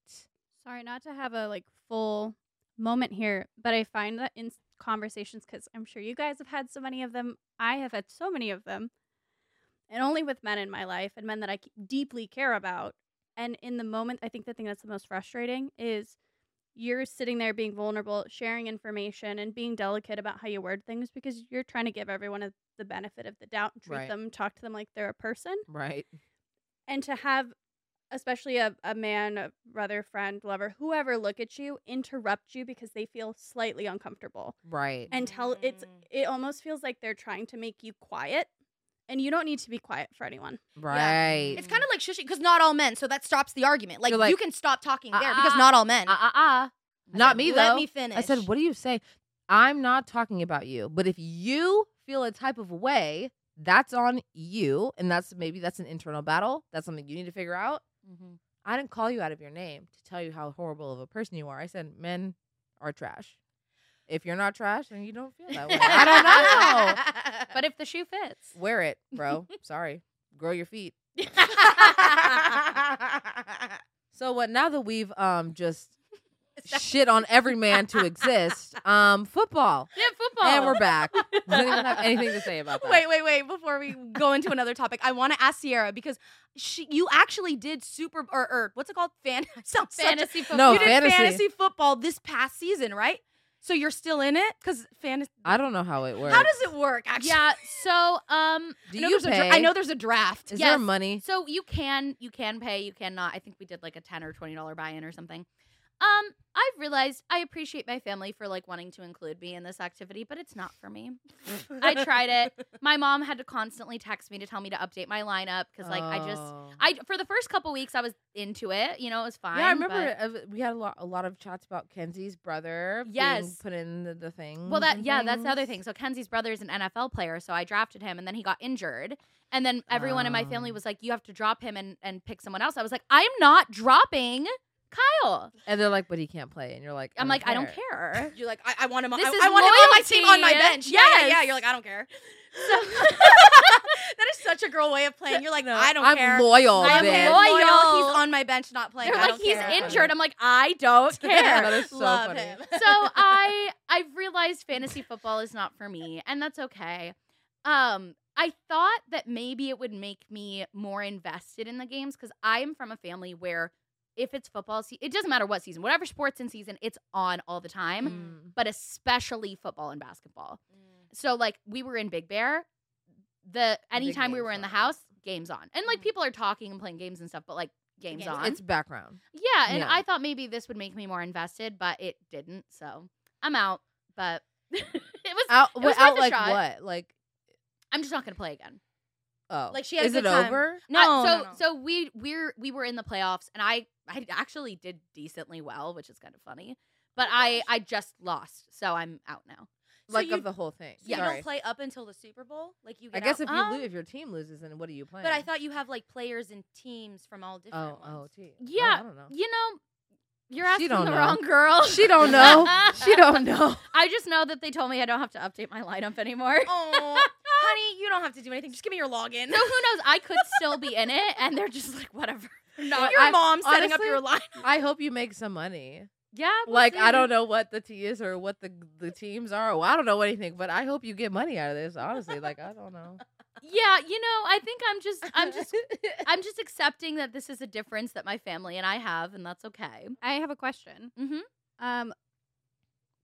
[SPEAKER 5] Sorry, not to have a like full moment here, but I find that in s- conversations, because I'm sure you guys have had so many of them, I have had so many of them, and only with men in my life and men that I c- deeply care about. And in the moment, I think the thing that's the most frustrating is you're sitting there being vulnerable, sharing information, and being delicate about how you word things because you're trying to give everyone a, the benefit of the doubt, treat
[SPEAKER 3] Right.
[SPEAKER 5] them, talk to them like they're a person
[SPEAKER 3] Right.
[SPEAKER 5] and to have especially a, a man a brother friend lover whoever look at you interrupt you because they feel slightly uncomfortable
[SPEAKER 3] Right.
[SPEAKER 5] and tell it's
[SPEAKER 4] Mm.
[SPEAKER 5] it almost feels like they're trying to make you quiet and you don't need to be quiet for anyone
[SPEAKER 3] right.
[SPEAKER 4] It's kind of like shushing because not all men, so that stops the argument. Like,
[SPEAKER 3] You're like,
[SPEAKER 4] you can stop talking there
[SPEAKER 3] "Uh, uh,
[SPEAKER 4] because not all men.
[SPEAKER 3] Uh uh uh. Not me though.
[SPEAKER 4] Let me finish.
[SPEAKER 3] I said, what do you say? I'm not talking about you, but if you feel a type of way, that's on you, and that's maybe that's an internal battle. That's something you need to figure out. I didn't call you out of your name to tell you how horrible of a person you are. I said men are trash. If you're not trash, then you don't feel that way. I don't know.
[SPEAKER 2] But if the shoe fits,
[SPEAKER 3] Wear it, bro. Sorry. Grow your feet. So what now that we've um just shit on every man to exist, um football.
[SPEAKER 2] yeah, football.
[SPEAKER 3] And we're back. Does anyone have anything to say about that?
[SPEAKER 4] Wait, wait, wait! Before we go into another topic, I want to ask Sierra because she, you actually did super or, or what's it called? Fan I sound such a-
[SPEAKER 2] fantasy football.
[SPEAKER 3] No,
[SPEAKER 4] you did
[SPEAKER 3] fantasy.
[SPEAKER 4] fantasy. football this past season, right? So you're still in it because fantasy.
[SPEAKER 3] I don't know how it works.
[SPEAKER 4] How does it work? Actually,
[SPEAKER 2] yeah. So um,
[SPEAKER 3] Do
[SPEAKER 4] I know,
[SPEAKER 3] you
[SPEAKER 4] there's a dra-
[SPEAKER 3] pay?
[SPEAKER 4] I know there's a draft.
[SPEAKER 3] Is
[SPEAKER 2] yes.
[SPEAKER 3] there money?
[SPEAKER 2] So you can you can pay, you cannot. I think we did like a ten or twenty dollar buy in or something. Um, I've realized I appreciate my family for like wanting to include me in this activity, but it's not for me. I tried it. My mom had to constantly text me to tell me to update my lineup because like I just
[SPEAKER 3] Oh.
[SPEAKER 2] I for the first couple weeks I was into it. You know, it was fine.
[SPEAKER 3] yeah, I
[SPEAKER 2] but-
[SPEAKER 3] remember uh, we had a lot, a lot of chats about Kenzie's brother. being
[SPEAKER 2] Yes.
[SPEAKER 3] put in the, the thing.
[SPEAKER 2] Well, that yeah, that's the other thing. So Kenzie's brother is an NFL player, so I drafted him, and then he got injured, and then everyone in my family
[SPEAKER 3] Oh.
[SPEAKER 2] was like, "You have to drop him and and pick someone else." I was like, "I'm not dropping Kyle."
[SPEAKER 3] And they're like, "But he can't play," and you're like,
[SPEAKER 2] I'm like, "I don't care."
[SPEAKER 4] You're like, I, I want him. on-
[SPEAKER 2] This
[SPEAKER 4] I,
[SPEAKER 2] is
[SPEAKER 4] I want him on my team, on my
[SPEAKER 2] loyalty.
[SPEAKER 4] bench. Yeah, yeah, yeah.
[SPEAKER 2] Yes.
[SPEAKER 4] You're like, I don't care.
[SPEAKER 2] So
[SPEAKER 4] that is such a girl way of playing. You're like, I don't
[SPEAKER 3] I'm
[SPEAKER 4] care.
[SPEAKER 3] loyal,
[SPEAKER 4] I am
[SPEAKER 3] bitch."
[SPEAKER 2] loyal.
[SPEAKER 4] loyal. He's on my bench, not playing.
[SPEAKER 2] they're
[SPEAKER 4] I
[SPEAKER 2] like,
[SPEAKER 4] don't
[SPEAKER 2] "He's
[SPEAKER 4] care.
[SPEAKER 2] injured." I'm like, "I don't
[SPEAKER 3] That
[SPEAKER 2] care."
[SPEAKER 3] is so
[SPEAKER 4] Love
[SPEAKER 3] funny.
[SPEAKER 4] him.
[SPEAKER 2] so I I've realized fantasy football is not for me, and that's okay. Um, I thought that maybe it would make me more invested in the games because I am from a family where if it's football season, it doesn't matter what season, whatever sports in season, it's on all the time,
[SPEAKER 3] Mm.
[SPEAKER 2] but especially football and basketball. So like we were in Big Bear, the anytime we
[SPEAKER 3] game's
[SPEAKER 2] were in the
[SPEAKER 3] on. Mm.
[SPEAKER 2] house, games on, and like
[SPEAKER 4] Mhm.
[SPEAKER 2] people are talking and playing games and stuff, but like games
[SPEAKER 4] game's
[SPEAKER 2] on.
[SPEAKER 3] It's background.
[SPEAKER 2] Yeah, and
[SPEAKER 3] Yeah.
[SPEAKER 2] I thought maybe this would make me more invested, but it didn't. So I'm out. But it was.
[SPEAKER 3] Out,
[SPEAKER 2] was worth
[SPEAKER 3] out
[SPEAKER 2] a
[SPEAKER 3] like
[SPEAKER 2] shot.
[SPEAKER 3] what? Like,
[SPEAKER 2] I'm just not gonna play again.
[SPEAKER 3] oh,
[SPEAKER 4] Like, she had a
[SPEAKER 3] is
[SPEAKER 4] good
[SPEAKER 3] it
[SPEAKER 4] time.
[SPEAKER 3] over?
[SPEAKER 4] no,
[SPEAKER 2] Uh, so
[SPEAKER 4] no, no.
[SPEAKER 2] so we we're we were in the playoffs, and I I actually did decently well, which is kind of funny. But I I just lost, so I'm out now.
[SPEAKER 4] So
[SPEAKER 3] like
[SPEAKER 4] you-
[SPEAKER 3] of the whole thing.
[SPEAKER 4] So you
[SPEAKER 3] Sorry.
[SPEAKER 4] don't play up until the Super Bowl. Like you.
[SPEAKER 3] I
[SPEAKER 4] Get
[SPEAKER 3] guess
[SPEAKER 4] out?
[SPEAKER 3] if you
[SPEAKER 2] Um,
[SPEAKER 3] lose, if your team loses, then what do you play?
[SPEAKER 4] But I thought you have like players and teams from all different.
[SPEAKER 3] Oh,
[SPEAKER 4] ones.
[SPEAKER 3] oh, gee. Oh,
[SPEAKER 2] Yeah,
[SPEAKER 3] I don't know.
[SPEAKER 2] You know, you're
[SPEAKER 3] She
[SPEAKER 2] asking
[SPEAKER 3] don't
[SPEAKER 2] the
[SPEAKER 3] know.
[SPEAKER 2] wrong girl.
[SPEAKER 3] She don't know. she don't know.
[SPEAKER 2] I just know that they told me I don't have to update my lineup anymore.
[SPEAKER 4] Oh, honey, you don't have to do anything. Just give me your login.
[SPEAKER 2] So who knows? I could still be in it, and they're just like whatever.
[SPEAKER 3] No,
[SPEAKER 4] your
[SPEAKER 3] I-
[SPEAKER 4] mom Oh, setting up
[SPEAKER 3] honestly,
[SPEAKER 4] your line.
[SPEAKER 3] I hope you make some money.
[SPEAKER 2] Yeah, we'll
[SPEAKER 3] like I
[SPEAKER 2] see.
[SPEAKER 3] don't know what the tea is or what the the teams are. Well, I don't know anything, but I hope you get money out of this. Honestly, like I don't know.
[SPEAKER 2] yeah, you know, I think I'm just I'm just I'm just accepting that this is a difference that my family and I have and that's okay.
[SPEAKER 5] I have a question.
[SPEAKER 2] Mhm.
[SPEAKER 5] Um,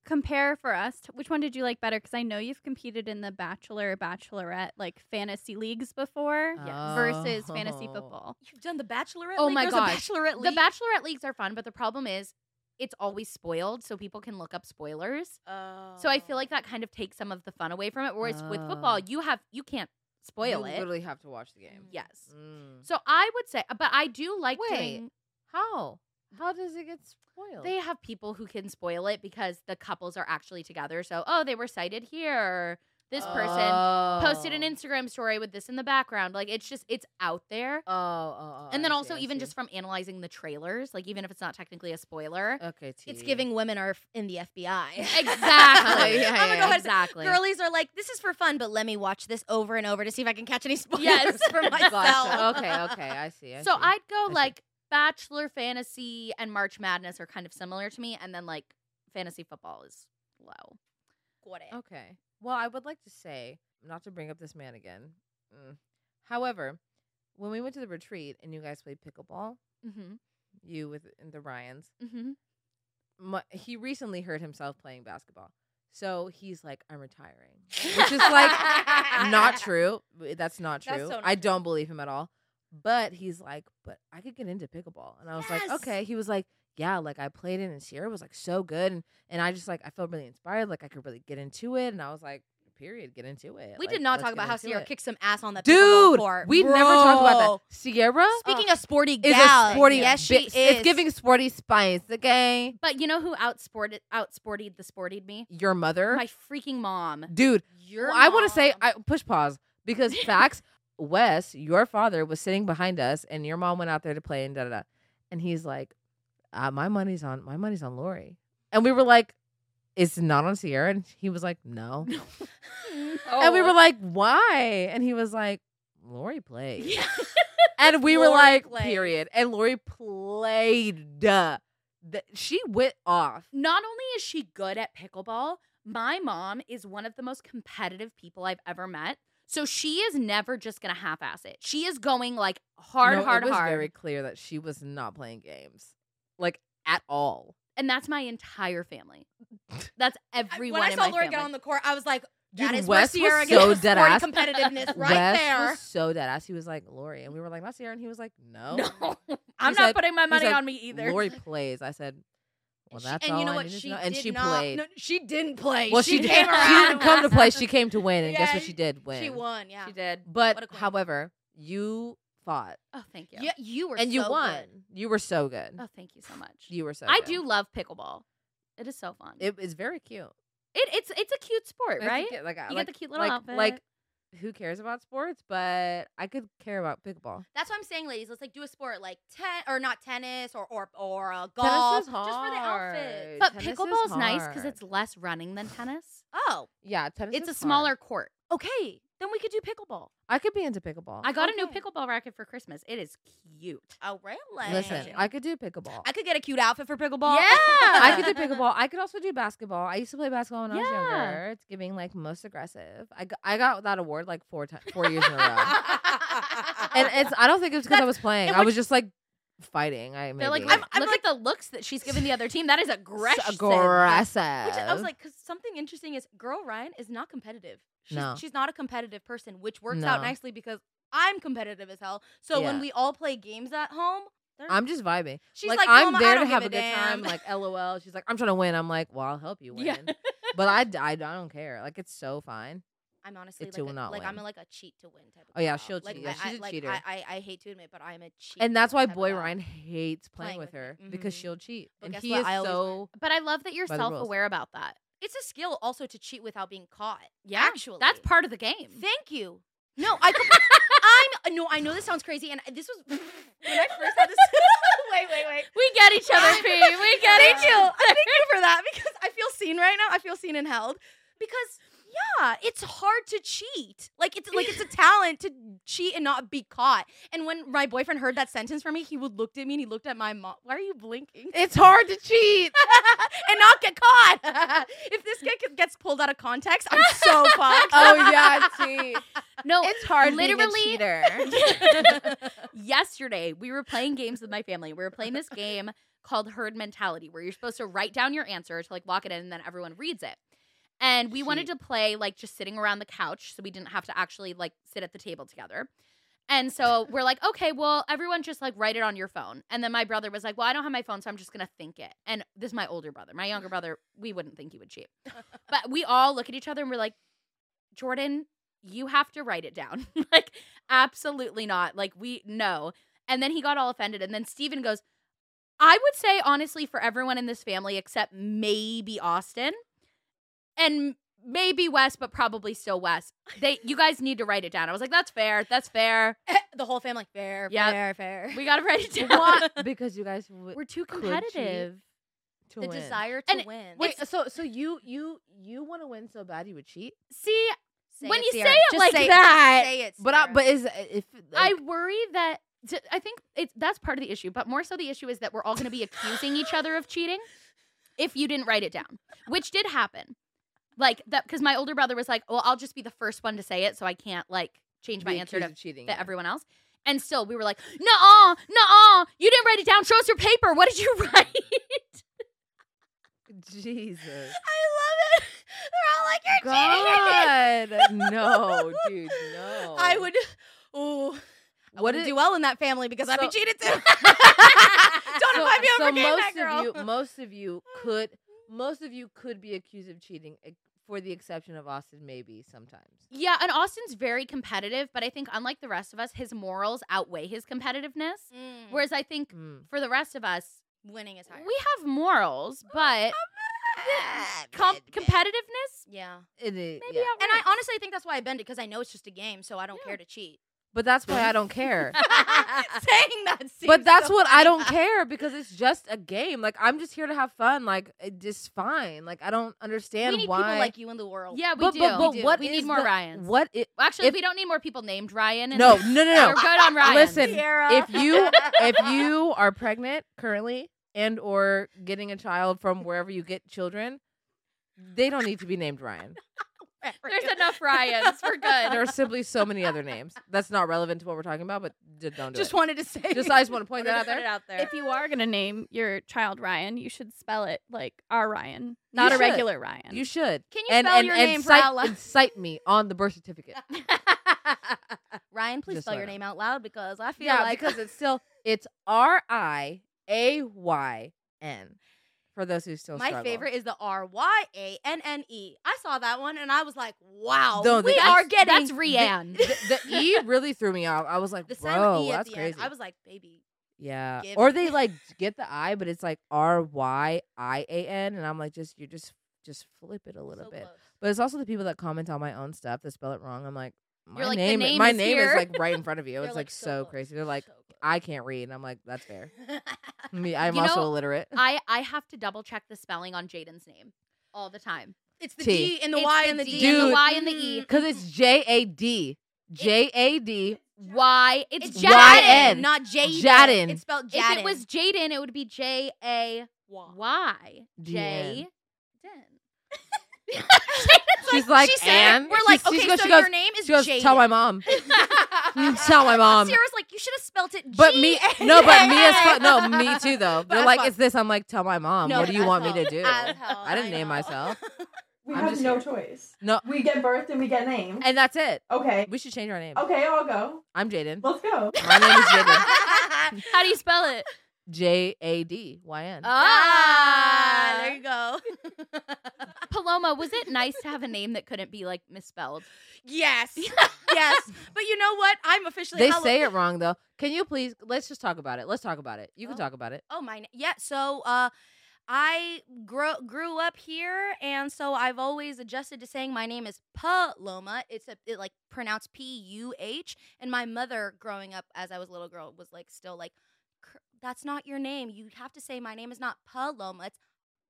[SPEAKER 5] compare for us. t- Which one did you like better? Because I know you've competed in the Bachelor, Bachelorette, like fantasy leagues before versus fantasy
[SPEAKER 3] Oh.
[SPEAKER 5] football.
[SPEAKER 4] You've done the Bachelorette.
[SPEAKER 2] Oh
[SPEAKER 4] League?
[SPEAKER 2] my
[SPEAKER 4] There's
[SPEAKER 2] gosh.
[SPEAKER 4] a Bachelorette
[SPEAKER 2] The
[SPEAKER 4] League.
[SPEAKER 2] bachelorette leagues are fun, but the problem is it's always spoiled so people can look up spoilers. So I feel like that kind of takes some of the fun away from it whereas with
[SPEAKER 3] Oh.
[SPEAKER 2] football you have you can't spoil
[SPEAKER 3] you
[SPEAKER 2] it.
[SPEAKER 3] literally have to watch the game.
[SPEAKER 2] Yes.
[SPEAKER 3] Mm.
[SPEAKER 2] So I would say but I do like
[SPEAKER 3] Wait.
[SPEAKER 2] doing
[SPEAKER 3] How? How does it get spoiled?
[SPEAKER 2] They have people who can spoil it because the couples are actually together. So, oh, they were cited here. Or this person posted an
[SPEAKER 3] Oh.
[SPEAKER 2] Instagram story with this in the background. Like, it's just, it's out there.
[SPEAKER 3] Oh, oh, oh,
[SPEAKER 2] and then
[SPEAKER 3] I see,
[SPEAKER 2] also,
[SPEAKER 3] I
[SPEAKER 2] even
[SPEAKER 3] see.
[SPEAKER 2] just from analyzing the trailers, like, even if it's not technically a spoiler.
[SPEAKER 3] okay, T.
[SPEAKER 4] it's giving women are f- in the FBI.
[SPEAKER 2] Exactly.
[SPEAKER 3] Yeah,
[SPEAKER 4] oh my
[SPEAKER 3] yeah,
[SPEAKER 4] god.
[SPEAKER 2] Exactly.
[SPEAKER 4] Girlies are like, this is for fun, but let me watch this over and over to see if I can catch any spoilers
[SPEAKER 2] Yes.
[SPEAKER 4] for myself.
[SPEAKER 3] Gotcha. Okay, okay, I see. I
[SPEAKER 2] so
[SPEAKER 3] see.
[SPEAKER 2] I'd go
[SPEAKER 3] see.
[SPEAKER 2] like Bachelor Fantasy and March Madness are kind of similar to me. And then like fantasy football is low.
[SPEAKER 4] Got it.
[SPEAKER 3] Okay. Well, I would like to say not to bring up this man again. Mm. However, when we went to the retreat and you guys played pickleball,
[SPEAKER 2] Mm-hmm.
[SPEAKER 3] you with and the Ryans,
[SPEAKER 2] Mm-hmm.
[SPEAKER 3] my, he recently hurt himself playing basketball. So he's like, I'm retiring, which is like not true. That's not true.
[SPEAKER 4] That's so not
[SPEAKER 3] I don't believe him at all. But he's like, but I could get into pickleball, and I was
[SPEAKER 4] Yes.
[SPEAKER 3] like, okay. He was like, yeah, like I played it, and Sierra was like so good, and and I just like I felt really inspired, like I could really get into it, and I was like, period, get into it.
[SPEAKER 4] We
[SPEAKER 3] Like,
[SPEAKER 4] did not
[SPEAKER 3] let's
[SPEAKER 4] talk
[SPEAKER 3] get
[SPEAKER 4] about how
[SPEAKER 3] into
[SPEAKER 4] Sierra
[SPEAKER 3] it.
[SPEAKER 4] kicked some ass on the pickleball
[SPEAKER 3] Dude,
[SPEAKER 4] court.
[SPEAKER 3] we never talked
[SPEAKER 4] Bro.
[SPEAKER 3] about that. Sierra
[SPEAKER 4] Speaking of sporty
[SPEAKER 3] is
[SPEAKER 4] gal,
[SPEAKER 3] a sporty.
[SPEAKER 4] yes, she
[SPEAKER 3] bi-
[SPEAKER 4] is.
[SPEAKER 3] It's giving sporty spice. Okay,
[SPEAKER 2] But you know who outsported, outsported the sportied me?
[SPEAKER 3] your mother,
[SPEAKER 2] My freaking mom.
[SPEAKER 3] dude.
[SPEAKER 4] Your
[SPEAKER 3] Well, I want to say
[SPEAKER 4] mom.
[SPEAKER 3] I push pause because facts. Wes, your father was sitting behind us, and your mom went out there to play, and da da da. And he's like, uh, "My money's on my money's on Lori," and we were like, "It's not on Sierra." And he was like, "No," and we were like, "Why?" And he was like, "Lori played," and we were
[SPEAKER 4] Lori
[SPEAKER 3] like,
[SPEAKER 4] played.
[SPEAKER 3] "Period." And Lori played. Duh. The, she went off.
[SPEAKER 2] Not only is she good at pickleball, my mom is one of the most competitive people I've ever met. So she is never just gonna half ass it. She is going like hard,
[SPEAKER 3] No,
[SPEAKER 2] hard,
[SPEAKER 3] it was
[SPEAKER 2] hard.
[SPEAKER 3] Very clear that she was not playing games, like at all.
[SPEAKER 2] and that's my entire family. That's everyone.
[SPEAKER 4] When I
[SPEAKER 2] in
[SPEAKER 4] saw
[SPEAKER 2] my
[SPEAKER 4] Lori
[SPEAKER 2] family.
[SPEAKER 4] get on the court, I was like,
[SPEAKER 3] Dude,
[SPEAKER 4] that is
[SPEAKER 3] Wes
[SPEAKER 4] where Sierra
[SPEAKER 3] was
[SPEAKER 4] gets
[SPEAKER 3] so
[SPEAKER 4] the
[SPEAKER 3] dead
[SPEAKER 4] sporty
[SPEAKER 3] ass.
[SPEAKER 4] competitiveness right
[SPEAKER 3] Wes
[SPEAKER 4] there.
[SPEAKER 3] was so dead ass. He was like Lori, and we were like, "Not Sierra," and he was like, "No,
[SPEAKER 2] no, I'm
[SPEAKER 3] He
[SPEAKER 2] not
[SPEAKER 3] said-
[SPEAKER 2] putting my money
[SPEAKER 3] said,
[SPEAKER 2] on me either.
[SPEAKER 3] Lori plays." I said, "Well,
[SPEAKER 4] And she-
[SPEAKER 3] that's
[SPEAKER 4] and
[SPEAKER 3] all
[SPEAKER 4] you know
[SPEAKER 3] I
[SPEAKER 4] what?
[SPEAKER 3] needed to
[SPEAKER 4] She
[SPEAKER 3] know." And
[SPEAKER 4] did
[SPEAKER 3] she
[SPEAKER 4] not-
[SPEAKER 3] played.
[SPEAKER 4] no, she didn't play.
[SPEAKER 3] well, she,
[SPEAKER 4] did.
[SPEAKER 3] did.
[SPEAKER 4] Came
[SPEAKER 3] she didn't
[SPEAKER 4] around.
[SPEAKER 3] come to play. She came to win, and guess
[SPEAKER 4] Yeah,
[SPEAKER 3] what? She did win.
[SPEAKER 4] She won. Yeah.
[SPEAKER 2] She did.
[SPEAKER 4] What a
[SPEAKER 3] But
[SPEAKER 4] queen.
[SPEAKER 3] however, you fought
[SPEAKER 2] Oh, thank you.
[SPEAKER 4] Yeah, you were
[SPEAKER 3] and you
[SPEAKER 4] so
[SPEAKER 3] won.
[SPEAKER 4] good.
[SPEAKER 3] You were so good.
[SPEAKER 2] Oh, thank you so much.
[SPEAKER 3] You were so.
[SPEAKER 2] I
[SPEAKER 3] good.
[SPEAKER 2] do love pickleball. It is so fun. It,
[SPEAKER 3] It is very cute,
[SPEAKER 2] it's it's a cute sport,
[SPEAKER 3] Nice to
[SPEAKER 2] right?
[SPEAKER 3] get, like, I-
[SPEAKER 2] You
[SPEAKER 3] like-
[SPEAKER 2] get the cute little
[SPEAKER 3] like,
[SPEAKER 2] outfit.
[SPEAKER 3] Like, who cares about sports? But I could care about pickleball.
[SPEAKER 4] That's what I'm saying, ladies. Let's like do a sport like ten or not tennis or or or uh,
[SPEAKER 3] Tennis
[SPEAKER 4] golf,
[SPEAKER 3] is
[SPEAKER 4] just for the outfit.
[SPEAKER 3] hard.
[SPEAKER 2] but
[SPEAKER 3] Tennis is
[SPEAKER 2] pickleball's nice because
[SPEAKER 3] hard.
[SPEAKER 2] it's less running than tennis.
[SPEAKER 4] Oh,
[SPEAKER 3] Yeah, tennis.
[SPEAKER 2] it's a
[SPEAKER 3] is hard.
[SPEAKER 2] smaller court.
[SPEAKER 4] okay. Then we could do pickleball.
[SPEAKER 3] I could be into pickleball.
[SPEAKER 2] I got a new
[SPEAKER 4] Okay.
[SPEAKER 2] pickleball racket for Christmas. It is cute.
[SPEAKER 4] Oh, really?
[SPEAKER 3] Listen, I could do pickleball.
[SPEAKER 4] I could get a cute outfit for
[SPEAKER 2] Yeah.
[SPEAKER 4] pickleball.
[SPEAKER 3] I could do pickleball. I could also do basketball. I used to play basketball when I was
[SPEAKER 2] Yeah.
[SPEAKER 3] younger. It's giving like most aggressive. I got, I got that award like four times, four years in a row. And it's I don't think it's because I was playing.
[SPEAKER 4] and
[SPEAKER 3] I
[SPEAKER 4] what-
[SPEAKER 3] was just like fighting. I
[SPEAKER 2] They're like,
[SPEAKER 3] maybe.
[SPEAKER 2] look, look at the looks that she's giving the other team. That is
[SPEAKER 3] S-
[SPEAKER 2] aggression.
[SPEAKER 3] aggressive.
[SPEAKER 4] Which I was like, because something interesting is, girl Ryan is not competitive. She's,
[SPEAKER 3] No.
[SPEAKER 4] she's not a competitive person, which works out
[SPEAKER 3] No.
[SPEAKER 4] nicely because I'm competitive as hell. So when
[SPEAKER 3] Yeah.
[SPEAKER 4] we all play games at home, they're-
[SPEAKER 3] I'm just vibing.
[SPEAKER 4] she's
[SPEAKER 3] like,
[SPEAKER 4] like,
[SPEAKER 3] I'm
[SPEAKER 4] "Mama, I
[SPEAKER 3] there to
[SPEAKER 4] don't
[SPEAKER 3] have a,
[SPEAKER 4] give
[SPEAKER 3] good time.
[SPEAKER 4] damn."
[SPEAKER 3] Like, lol. She's like, I'm trying to win. I'm like, well, I'll help you win.
[SPEAKER 2] Yeah.
[SPEAKER 3] but I, d- I, d- I don't care. Like, it's so fine.
[SPEAKER 4] I'm honestly
[SPEAKER 3] It
[SPEAKER 4] like,
[SPEAKER 3] will
[SPEAKER 4] a,
[SPEAKER 3] not
[SPEAKER 4] like I'm
[SPEAKER 3] win.
[SPEAKER 4] a, like a cheat to win type. of
[SPEAKER 3] Oh, yeah,
[SPEAKER 4] girl.
[SPEAKER 3] she'll
[SPEAKER 4] like,
[SPEAKER 3] cheat. Yeah,
[SPEAKER 4] I,
[SPEAKER 3] she's
[SPEAKER 4] I-
[SPEAKER 3] a
[SPEAKER 4] like,
[SPEAKER 3] cheater.
[SPEAKER 4] I, I, I hate to admit, but I'm a cheat.
[SPEAKER 3] And that's why
[SPEAKER 4] type of
[SPEAKER 3] Boy
[SPEAKER 4] girl.
[SPEAKER 3] Ryan hates playing,
[SPEAKER 4] Playing
[SPEAKER 3] with
[SPEAKER 4] with
[SPEAKER 3] her
[SPEAKER 4] me.
[SPEAKER 3] because
[SPEAKER 4] Mhm.
[SPEAKER 3] she'll cheat.
[SPEAKER 4] But
[SPEAKER 3] and
[SPEAKER 4] guess
[SPEAKER 3] he
[SPEAKER 4] what?
[SPEAKER 3] is
[SPEAKER 4] I always win.
[SPEAKER 3] so.
[SPEAKER 2] But I love that you're
[SPEAKER 3] By the rules.
[SPEAKER 2] self-aware about that.
[SPEAKER 4] It's a skill also to cheat without being caught.
[SPEAKER 2] Yeah,
[SPEAKER 4] actually,
[SPEAKER 2] That's part of the game.
[SPEAKER 4] Thank you. No, I. compl- I'm no. I know this sounds crazy, and this was when I first had this. wait, wait, wait.
[SPEAKER 2] We get each other, P. We get
[SPEAKER 4] Thank
[SPEAKER 2] each
[SPEAKER 4] you.
[SPEAKER 2] other.
[SPEAKER 4] I Thank you for that because I feel seen right now. I feel seen and held because yeah, it's hard to cheat. Like it's like it's a talent to cheat and not be caught. And when my boyfriend heard that sentence from me, he would looked at me and he looked at my mom. Why are you blinking?
[SPEAKER 3] It's hard to cheat.
[SPEAKER 4] and not get caught. if this get, gets pulled out of context, I'm so fucked.
[SPEAKER 3] oh yeah, see.
[SPEAKER 2] No,
[SPEAKER 4] It's hard being a
[SPEAKER 2] Literally,
[SPEAKER 4] cheater.
[SPEAKER 2] yesterday we were playing games with my family. We were playing this game called Herd Mentality, where you're supposed to write down your answer to like lock it in, and then everyone reads it. And we wanted to play like just sitting around the couch, so we didn't have to actually like sit at the table together. And so we're like, okay, well, everyone just like write it on your phone. And then my brother was like, well, I don't have my phone, so I'm just gonna think it. And this is my older brother. My younger brother, we wouldn't think he would cheat, but we all look at each other and we're like, Jordan, you have to write it down. like, absolutely not. Like, we no. And then he got all offended. And then Steven goes, I would say, honestly, for everyone in this family, except maybe Austin and maybe Wes, but probably still Wes, they, you guys need to write it down. I was like, that's fair. That's fair.
[SPEAKER 4] the whole family, fair,
[SPEAKER 2] Yep.
[SPEAKER 4] fair, fair.
[SPEAKER 2] We got to write it down.
[SPEAKER 3] because you guys w-
[SPEAKER 2] We're too
[SPEAKER 3] could cheat
[SPEAKER 2] competitive.
[SPEAKER 3] to
[SPEAKER 4] the
[SPEAKER 3] win.
[SPEAKER 4] desire to
[SPEAKER 2] And
[SPEAKER 4] win.
[SPEAKER 3] Wait, so so you you you want to win so bad you would cheat?
[SPEAKER 2] See,
[SPEAKER 4] Say
[SPEAKER 2] when you
[SPEAKER 4] Sierra.
[SPEAKER 2] say it
[SPEAKER 4] Just
[SPEAKER 2] like
[SPEAKER 4] say
[SPEAKER 3] that,
[SPEAKER 4] say it,
[SPEAKER 3] But I,
[SPEAKER 4] Sierra.
[SPEAKER 3] but is if
[SPEAKER 2] I
[SPEAKER 3] like,
[SPEAKER 2] worry that t- I think it's that's part of the issue, but more so the issue is that we're all going to be accusing each other of cheating if you didn't write it down, which did happen. Like that because my older brother was like, "Well, I'll just be the first one to say it, so I can't like change my
[SPEAKER 3] be
[SPEAKER 2] answer
[SPEAKER 3] accused
[SPEAKER 2] to
[SPEAKER 3] of cheating.
[SPEAKER 2] fit
[SPEAKER 3] yeah.
[SPEAKER 2] everyone else." And still, we were like, "No, no, you didn't write it down. Show us your paper. What did you write?"
[SPEAKER 3] Jesus.
[SPEAKER 4] I love it. They're all like, you're cheating.
[SPEAKER 3] God, no, dude, no.
[SPEAKER 4] I would. Ooh, I
[SPEAKER 3] What
[SPEAKER 4] wouldn't
[SPEAKER 3] is-
[SPEAKER 4] do well in that family because I'd be
[SPEAKER 3] So-
[SPEAKER 4] cheated too. Don't invite me
[SPEAKER 3] so
[SPEAKER 4] over, game
[SPEAKER 3] most
[SPEAKER 4] night, girl.
[SPEAKER 3] of you, most of you could, most of you could be accused of cheating, ex- for the exception of Austin, maybe sometimes.
[SPEAKER 2] yeah, and Austin's very competitive, but I think unlike the rest of us, his morals outweigh his competitiveness.
[SPEAKER 4] Mm.
[SPEAKER 2] Whereas I think
[SPEAKER 3] Mm.
[SPEAKER 2] for the rest of us,
[SPEAKER 4] winning is hard.
[SPEAKER 2] We have morals, but com- competitiveness.
[SPEAKER 4] Yeah, and
[SPEAKER 3] It is,
[SPEAKER 2] Maybe
[SPEAKER 3] yeah.
[SPEAKER 2] I'll-
[SPEAKER 4] I honestly think that's why I bend it because I know it's just a game, so I don't
[SPEAKER 2] Yeah.
[SPEAKER 4] care to cheat.
[SPEAKER 3] but that's why I don't care.
[SPEAKER 4] Saying that, seems
[SPEAKER 3] but that's
[SPEAKER 4] so
[SPEAKER 3] what I don't
[SPEAKER 4] funny.
[SPEAKER 3] care because it's just a game. Like I'm just here to have fun. Like it- it's fine. Like I don't understand
[SPEAKER 4] We need
[SPEAKER 3] why.
[SPEAKER 4] people like you in the world.
[SPEAKER 2] Yeah, we
[SPEAKER 3] but
[SPEAKER 2] do.
[SPEAKER 3] but but
[SPEAKER 2] we do.
[SPEAKER 3] what
[SPEAKER 2] we need
[SPEAKER 3] is
[SPEAKER 2] more
[SPEAKER 3] the-
[SPEAKER 2] Ryans?
[SPEAKER 3] What it?
[SPEAKER 2] Well, Actually,
[SPEAKER 3] if-
[SPEAKER 2] we don't need more people named Ryan. and-
[SPEAKER 3] No, no, no, no.
[SPEAKER 2] We're good on Ryan.
[SPEAKER 3] Listen,
[SPEAKER 4] Sierra.
[SPEAKER 3] if you if you are pregnant currently and or getting a child from wherever you get children, they don't need to be named Ryan.
[SPEAKER 2] there's enough Ryans. We're
[SPEAKER 3] There
[SPEAKER 2] good.
[SPEAKER 3] are simply so many other names. That's not relevant to what we're talking about, but d- don't do
[SPEAKER 4] just
[SPEAKER 3] it.
[SPEAKER 4] wanted to say,
[SPEAKER 3] just I just want to point that out there.
[SPEAKER 4] wanted to put it out there.
[SPEAKER 5] If you are gonna name your child Ryan, you should spell it like our Ryan, not a
[SPEAKER 3] should.
[SPEAKER 5] regular Ryan.
[SPEAKER 3] You should.
[SPEAKER 4] Can you
[SPEAKER 3] And
[SPEAKER 4] spell
[SPEAKER 3] and,
[SPEAKER 4] your
[SPEAKER 3] and
[SPEAKER 4] name for
[SPEAKER 3] cite,
[SPEAKER 4] out loud?
[SPEAKER 3] and cite me on the birth certificate.
[SPEAKER 4] Ryan, please
[SPEAKER 3] Just
[SPEAKER 4] spell
[SPEAKER 3] so I
[SPEAKER 4] your
[SPEAKER 3] know.
[SPEAKER 4] name out loud because I feel
[SPEAKER 3] Yeah,
[SPEAKER 4] like
[SPEAKER 3] because it's still it's R I A Y N. For those who still
[SPEAKER 4] my
[SPEAKER 3] struggle.
[SPEAKER 4] favorite is the R Y A N N E. I saw that one and I was like, wow,
[SPEAKER 3] No,
[SPEAKER 4] we
[SPEAKER 3] that's-
[SPEAKER 4] are getting
[SPEAKER 2] That's Rianne.
[SPEAKER 3] the, the E really threw me off. I was like,
[SPEAKER 4] the
[SPEAKER 3] bro,
[SPEAKER 4] silent E at
[SPEAKER 3] that's
[SPEAKER 4] the
[SPEAKER 3] crazy.
[SPEAKER 4] end. I was like, baby,
[SPEAKER 3] Yeah.
[SPEAKER 4] Give
[SPEAKER 3] Or
[SPEAKER 4] it-
[SPEAKER 3] they like get the I, but it's like R Y I A N, and I'm like, just you just just flip it a little
[SPEAKER 4] so
[SPEAKER 3] bit.
[SPEAKER 4] close.
[SPEAKER 3] But it's also the people that comment on my own stuff that spell it wrong. I'm like, my
[SPEAKER 2] You're like, the
[SPEAKER 3] name,
[SPEAKER 2] name
[SPEAKER 3] my
[SPEAKER 2] is
[SPEAKER 3] name is
[SPEAKER 2] here.
[SPEAKER 3] like right in front of you.
[SPEAKER 4] They're,
[SPEAKER 3] it's like, so
[SPEAKER 4] close,
[SPEAKER 3] crazy. They're like,
[SPEAKER 4] so close.
[SPEAKER 3] I can't read. And I'm like, that's fair. Me, I'm
[SPEAKER 2] You
[SPEAKER 3] also
[SPEAKER 2] know,
[SPEAKER 3] illiterate.
[SPEAKER 2] I I have to double check the spelling on Jaden's name all the time.
[SPEAKER 4] it's the
[SPEAKER 3] T.
[SPEAKER 4] D and the
[SPEAKER 2] It's
[SPEAKER 4] Y
[SPEAKER 2] the
[SPEAKER 4] and the
[SPEAKER 2] D
[SPEAKER 4] D and
[SPEAKER 3] Dude.
[SPEAKER 4] the Y and the E.
[SPEAKER 3] Because it's J A D. J A D.
[SPEAKER 2] Why? Mm-hmm. It's,
[SPEAKER 4] It's
[SPEAKER 3] Jaden,
[SPEAKER 4] Jaden,
[SPEAKER 3] Y-N.
[SPEAKER 4] not Jaden.
[SPEAKER 3] Jaden.
[SPEAKER 4] It's spelled Jaden.
[SPEAKER 2] If it was Jaden, it would be J A Y J.
[SPEAKER 3] D-N.
[SPEAKER 4] she's
[SPEAKER 3] She's
[SPEAKER 4] like,
[SPEAKER 3] like,
[SPEAKER 4] she said,
[SPEAKER 3] "And?"
[SPEAKER 4] we're like,
[SPEAKER 3] She's- she
[SPEAKER 4] okay,
[SPEAKER 3] goes-
[SPEAKER 4] so
[SPEAKER 3] she goes-
[SPEAKER 4] your name is
[SPEAKER 3] She goes,
[SPEAKER 4] Jaden.
[SPEAKER 3] tell my mom. Mm,
[SPEAKER 4] Oh,
[SPEAKER 3] tell my mom.
[SPEAKER 4] Sarah's like, you should have spelt it.
[SPEAKER 3] But me,
[SPEAKER 4] G-A-N."
[SPEAKER 3] no, but me as fu- no, me too though.
[SPEAKER 4] But
[SPEAKER 3] They're
[SPEAKER 4] as
[SPEAKER 3] like,
[SPEAKER 4] fuck.
[SPEAKER 3] it's this. I'm like, tell my mom.
[SPEAKER 4] No,
[SPEAKER 3] what do you
[SPEAKER 4] as
[SPEAKER 3] want me
[SPEAKER 4] hell.
[SPEAKER 3] to do?
[SPEAKER 4] As hell,
[SPEAKER 3] I didn't name
[SPEAKER 4] know.
[SPEAKER 3] myself.
[SPEAKER 6] We
[SPEAKER 3] I'm
[SPEAKER 6] have
[SPEAKER 3] just
[SPEAKER 6] no
[SPEAKER 3] here.
[SPEAKER 6] choice.
[SPEAKER 3] No.
[SPEAKER 6] We get birthed and we get named.
[SPEAKER 3] And that's it.
[SPEAKER 6] okay.
[SPEAKER 3] We should change our name.
[SPEAKER 6] Okay, I'll go.
[SPEAKER 3] I'm Jaden.
[SPEAKER 6] Let's go.
[SPEAKER 3] My name is Jaden.
[SPEAKER 2] How do you spell it?
[SPEAKER 3] J A D Y N.
[SPEAKER 4] Uh, ah, there you go.
[SPEAKER 2] Paloma, was it nice to have a name that couldn't be like misspelled?
[SPEAKER 4] yes, yes. But you know what? I'm officially.
[SPEAKER 3] They
[SPEAKER 4] Hallow-
[SPEAKER 3] say it wrong though. Can you please? Let's just talk about it. Let's talk about it. You can
[SPEAKER 4] Oh.
[SPEAKER 3] talk about it.
[SPEAKER 4] Oh my, yeah. So, uh, I grew grew up here, and so I've always adjusted to saying my name is Paloma. It's a it like pronounced P U H. And my mother, growing up as I was a little girl, was like still like, "Cr- that's not your name. You have to say my name is not Paloma. It's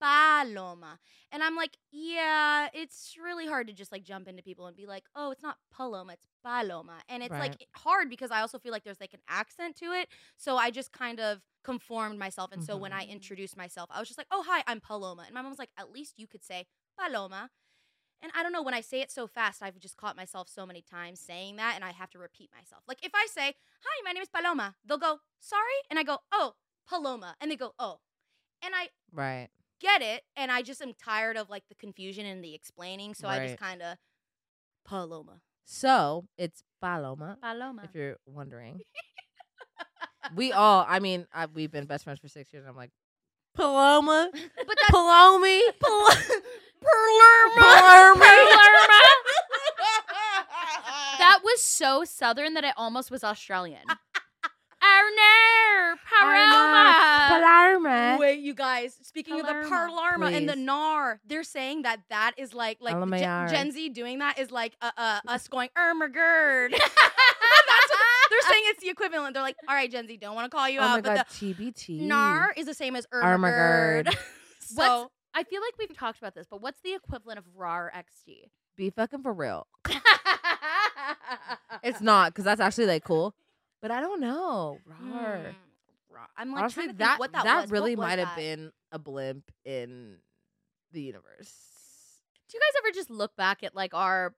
[SPEAKER 4] Paloma. And I'm like, yeah, it's really hard to just like jump into people and be like, oh, it's not Paloma, it's Paloma. And it's like hard because I also feel like there's like an accent to it. So I just kind of conformed myself. And so when
[SPEAKER 3] Mm-hmm.
[SPEAKER 4] I introduced myself, I was just like, oh, hi, I'm Paloma. And my mom was like, at least you could say Paloma. And I don't know, when I say it so fast, I've just caught myself so many times saying that and I have to repeat myself. Like if I say, Hi, my name is Paloma, they'll go, Sorry? And I go, Oh, Paloma. And they go, Oh. And I
[SPEAKER 3] Right.
[SPEAKER 4] get it. And I just am tired of like the confusion and the explaining. So I just kind of, Paloma.
[SPEAKER 3] So it's Paloma,
[SPEAKER 2] Paloma.
[SPEAKER 3] if you're wondering. we all, I mean, I, we've been best friends for six years. And I'm like, Paloma,
[SPEAKER 4] But that's
[SPEAKER 3] Palomi,
[SPEAKER 4] Pal- Perlerma.
[SPEAKER 3] Paloma.
[SPEAKER 2] That was so southern that it almost was Australian. oh no, Paloma.
[SPEAKER 3] Paloma.
[SPEAKER 4] Wait, you guys. Speaking of the
[SPEAKER 2] Palermo.
[SPEAKER 4] parlarma and the
[SPEAKER 3] Please.
[SPEAKER 4] nar, they're saying that that is like like
[SPEAKER 3] Palermo
[SPEAKER 4] Gen,
[SPEAKER 3] yard.
[SPEAKER 4] Gen Z doing that is like uh, uh, us going ermagerd. That's what they're saying. It's the equivalent. They're like, all right, Gen Z, don't want to call you
[SPEAKER 3] Oh my
[SPEAKER 4] out,
[SPEAKER 3] god,
[SPEAKER 4] but the
[SPEAKER 3] TBT.
[SPEAKER 4] nar is the same as
[SPEAKER 3] Oh Ermagerd.
[SPEAKER 4] ermagerd. so
[SPEAKER 2] I feel like we've talked about this, but what's the equivalent of RAR XD?
[SPEAKER 3] Be fucking for real. It's not because that's actually like cool, but I don't know. Rar.
[SPEAKER 4] mm, raw. I'm like
[SPEAKER 3] Honestly,
[SPEAKER 4] trying to think
[SPEAKER 3] that
[SPEAKER 4] what that, was. What
[SPEAKER 3] really
[SPEAKER 4] was
[SPEAKER 3] might
[SPEAKER 4] that?
[SPEAKER 3] have been a blimp in the universe.
[SPEAKER 2] Do you guys ever just look back at like our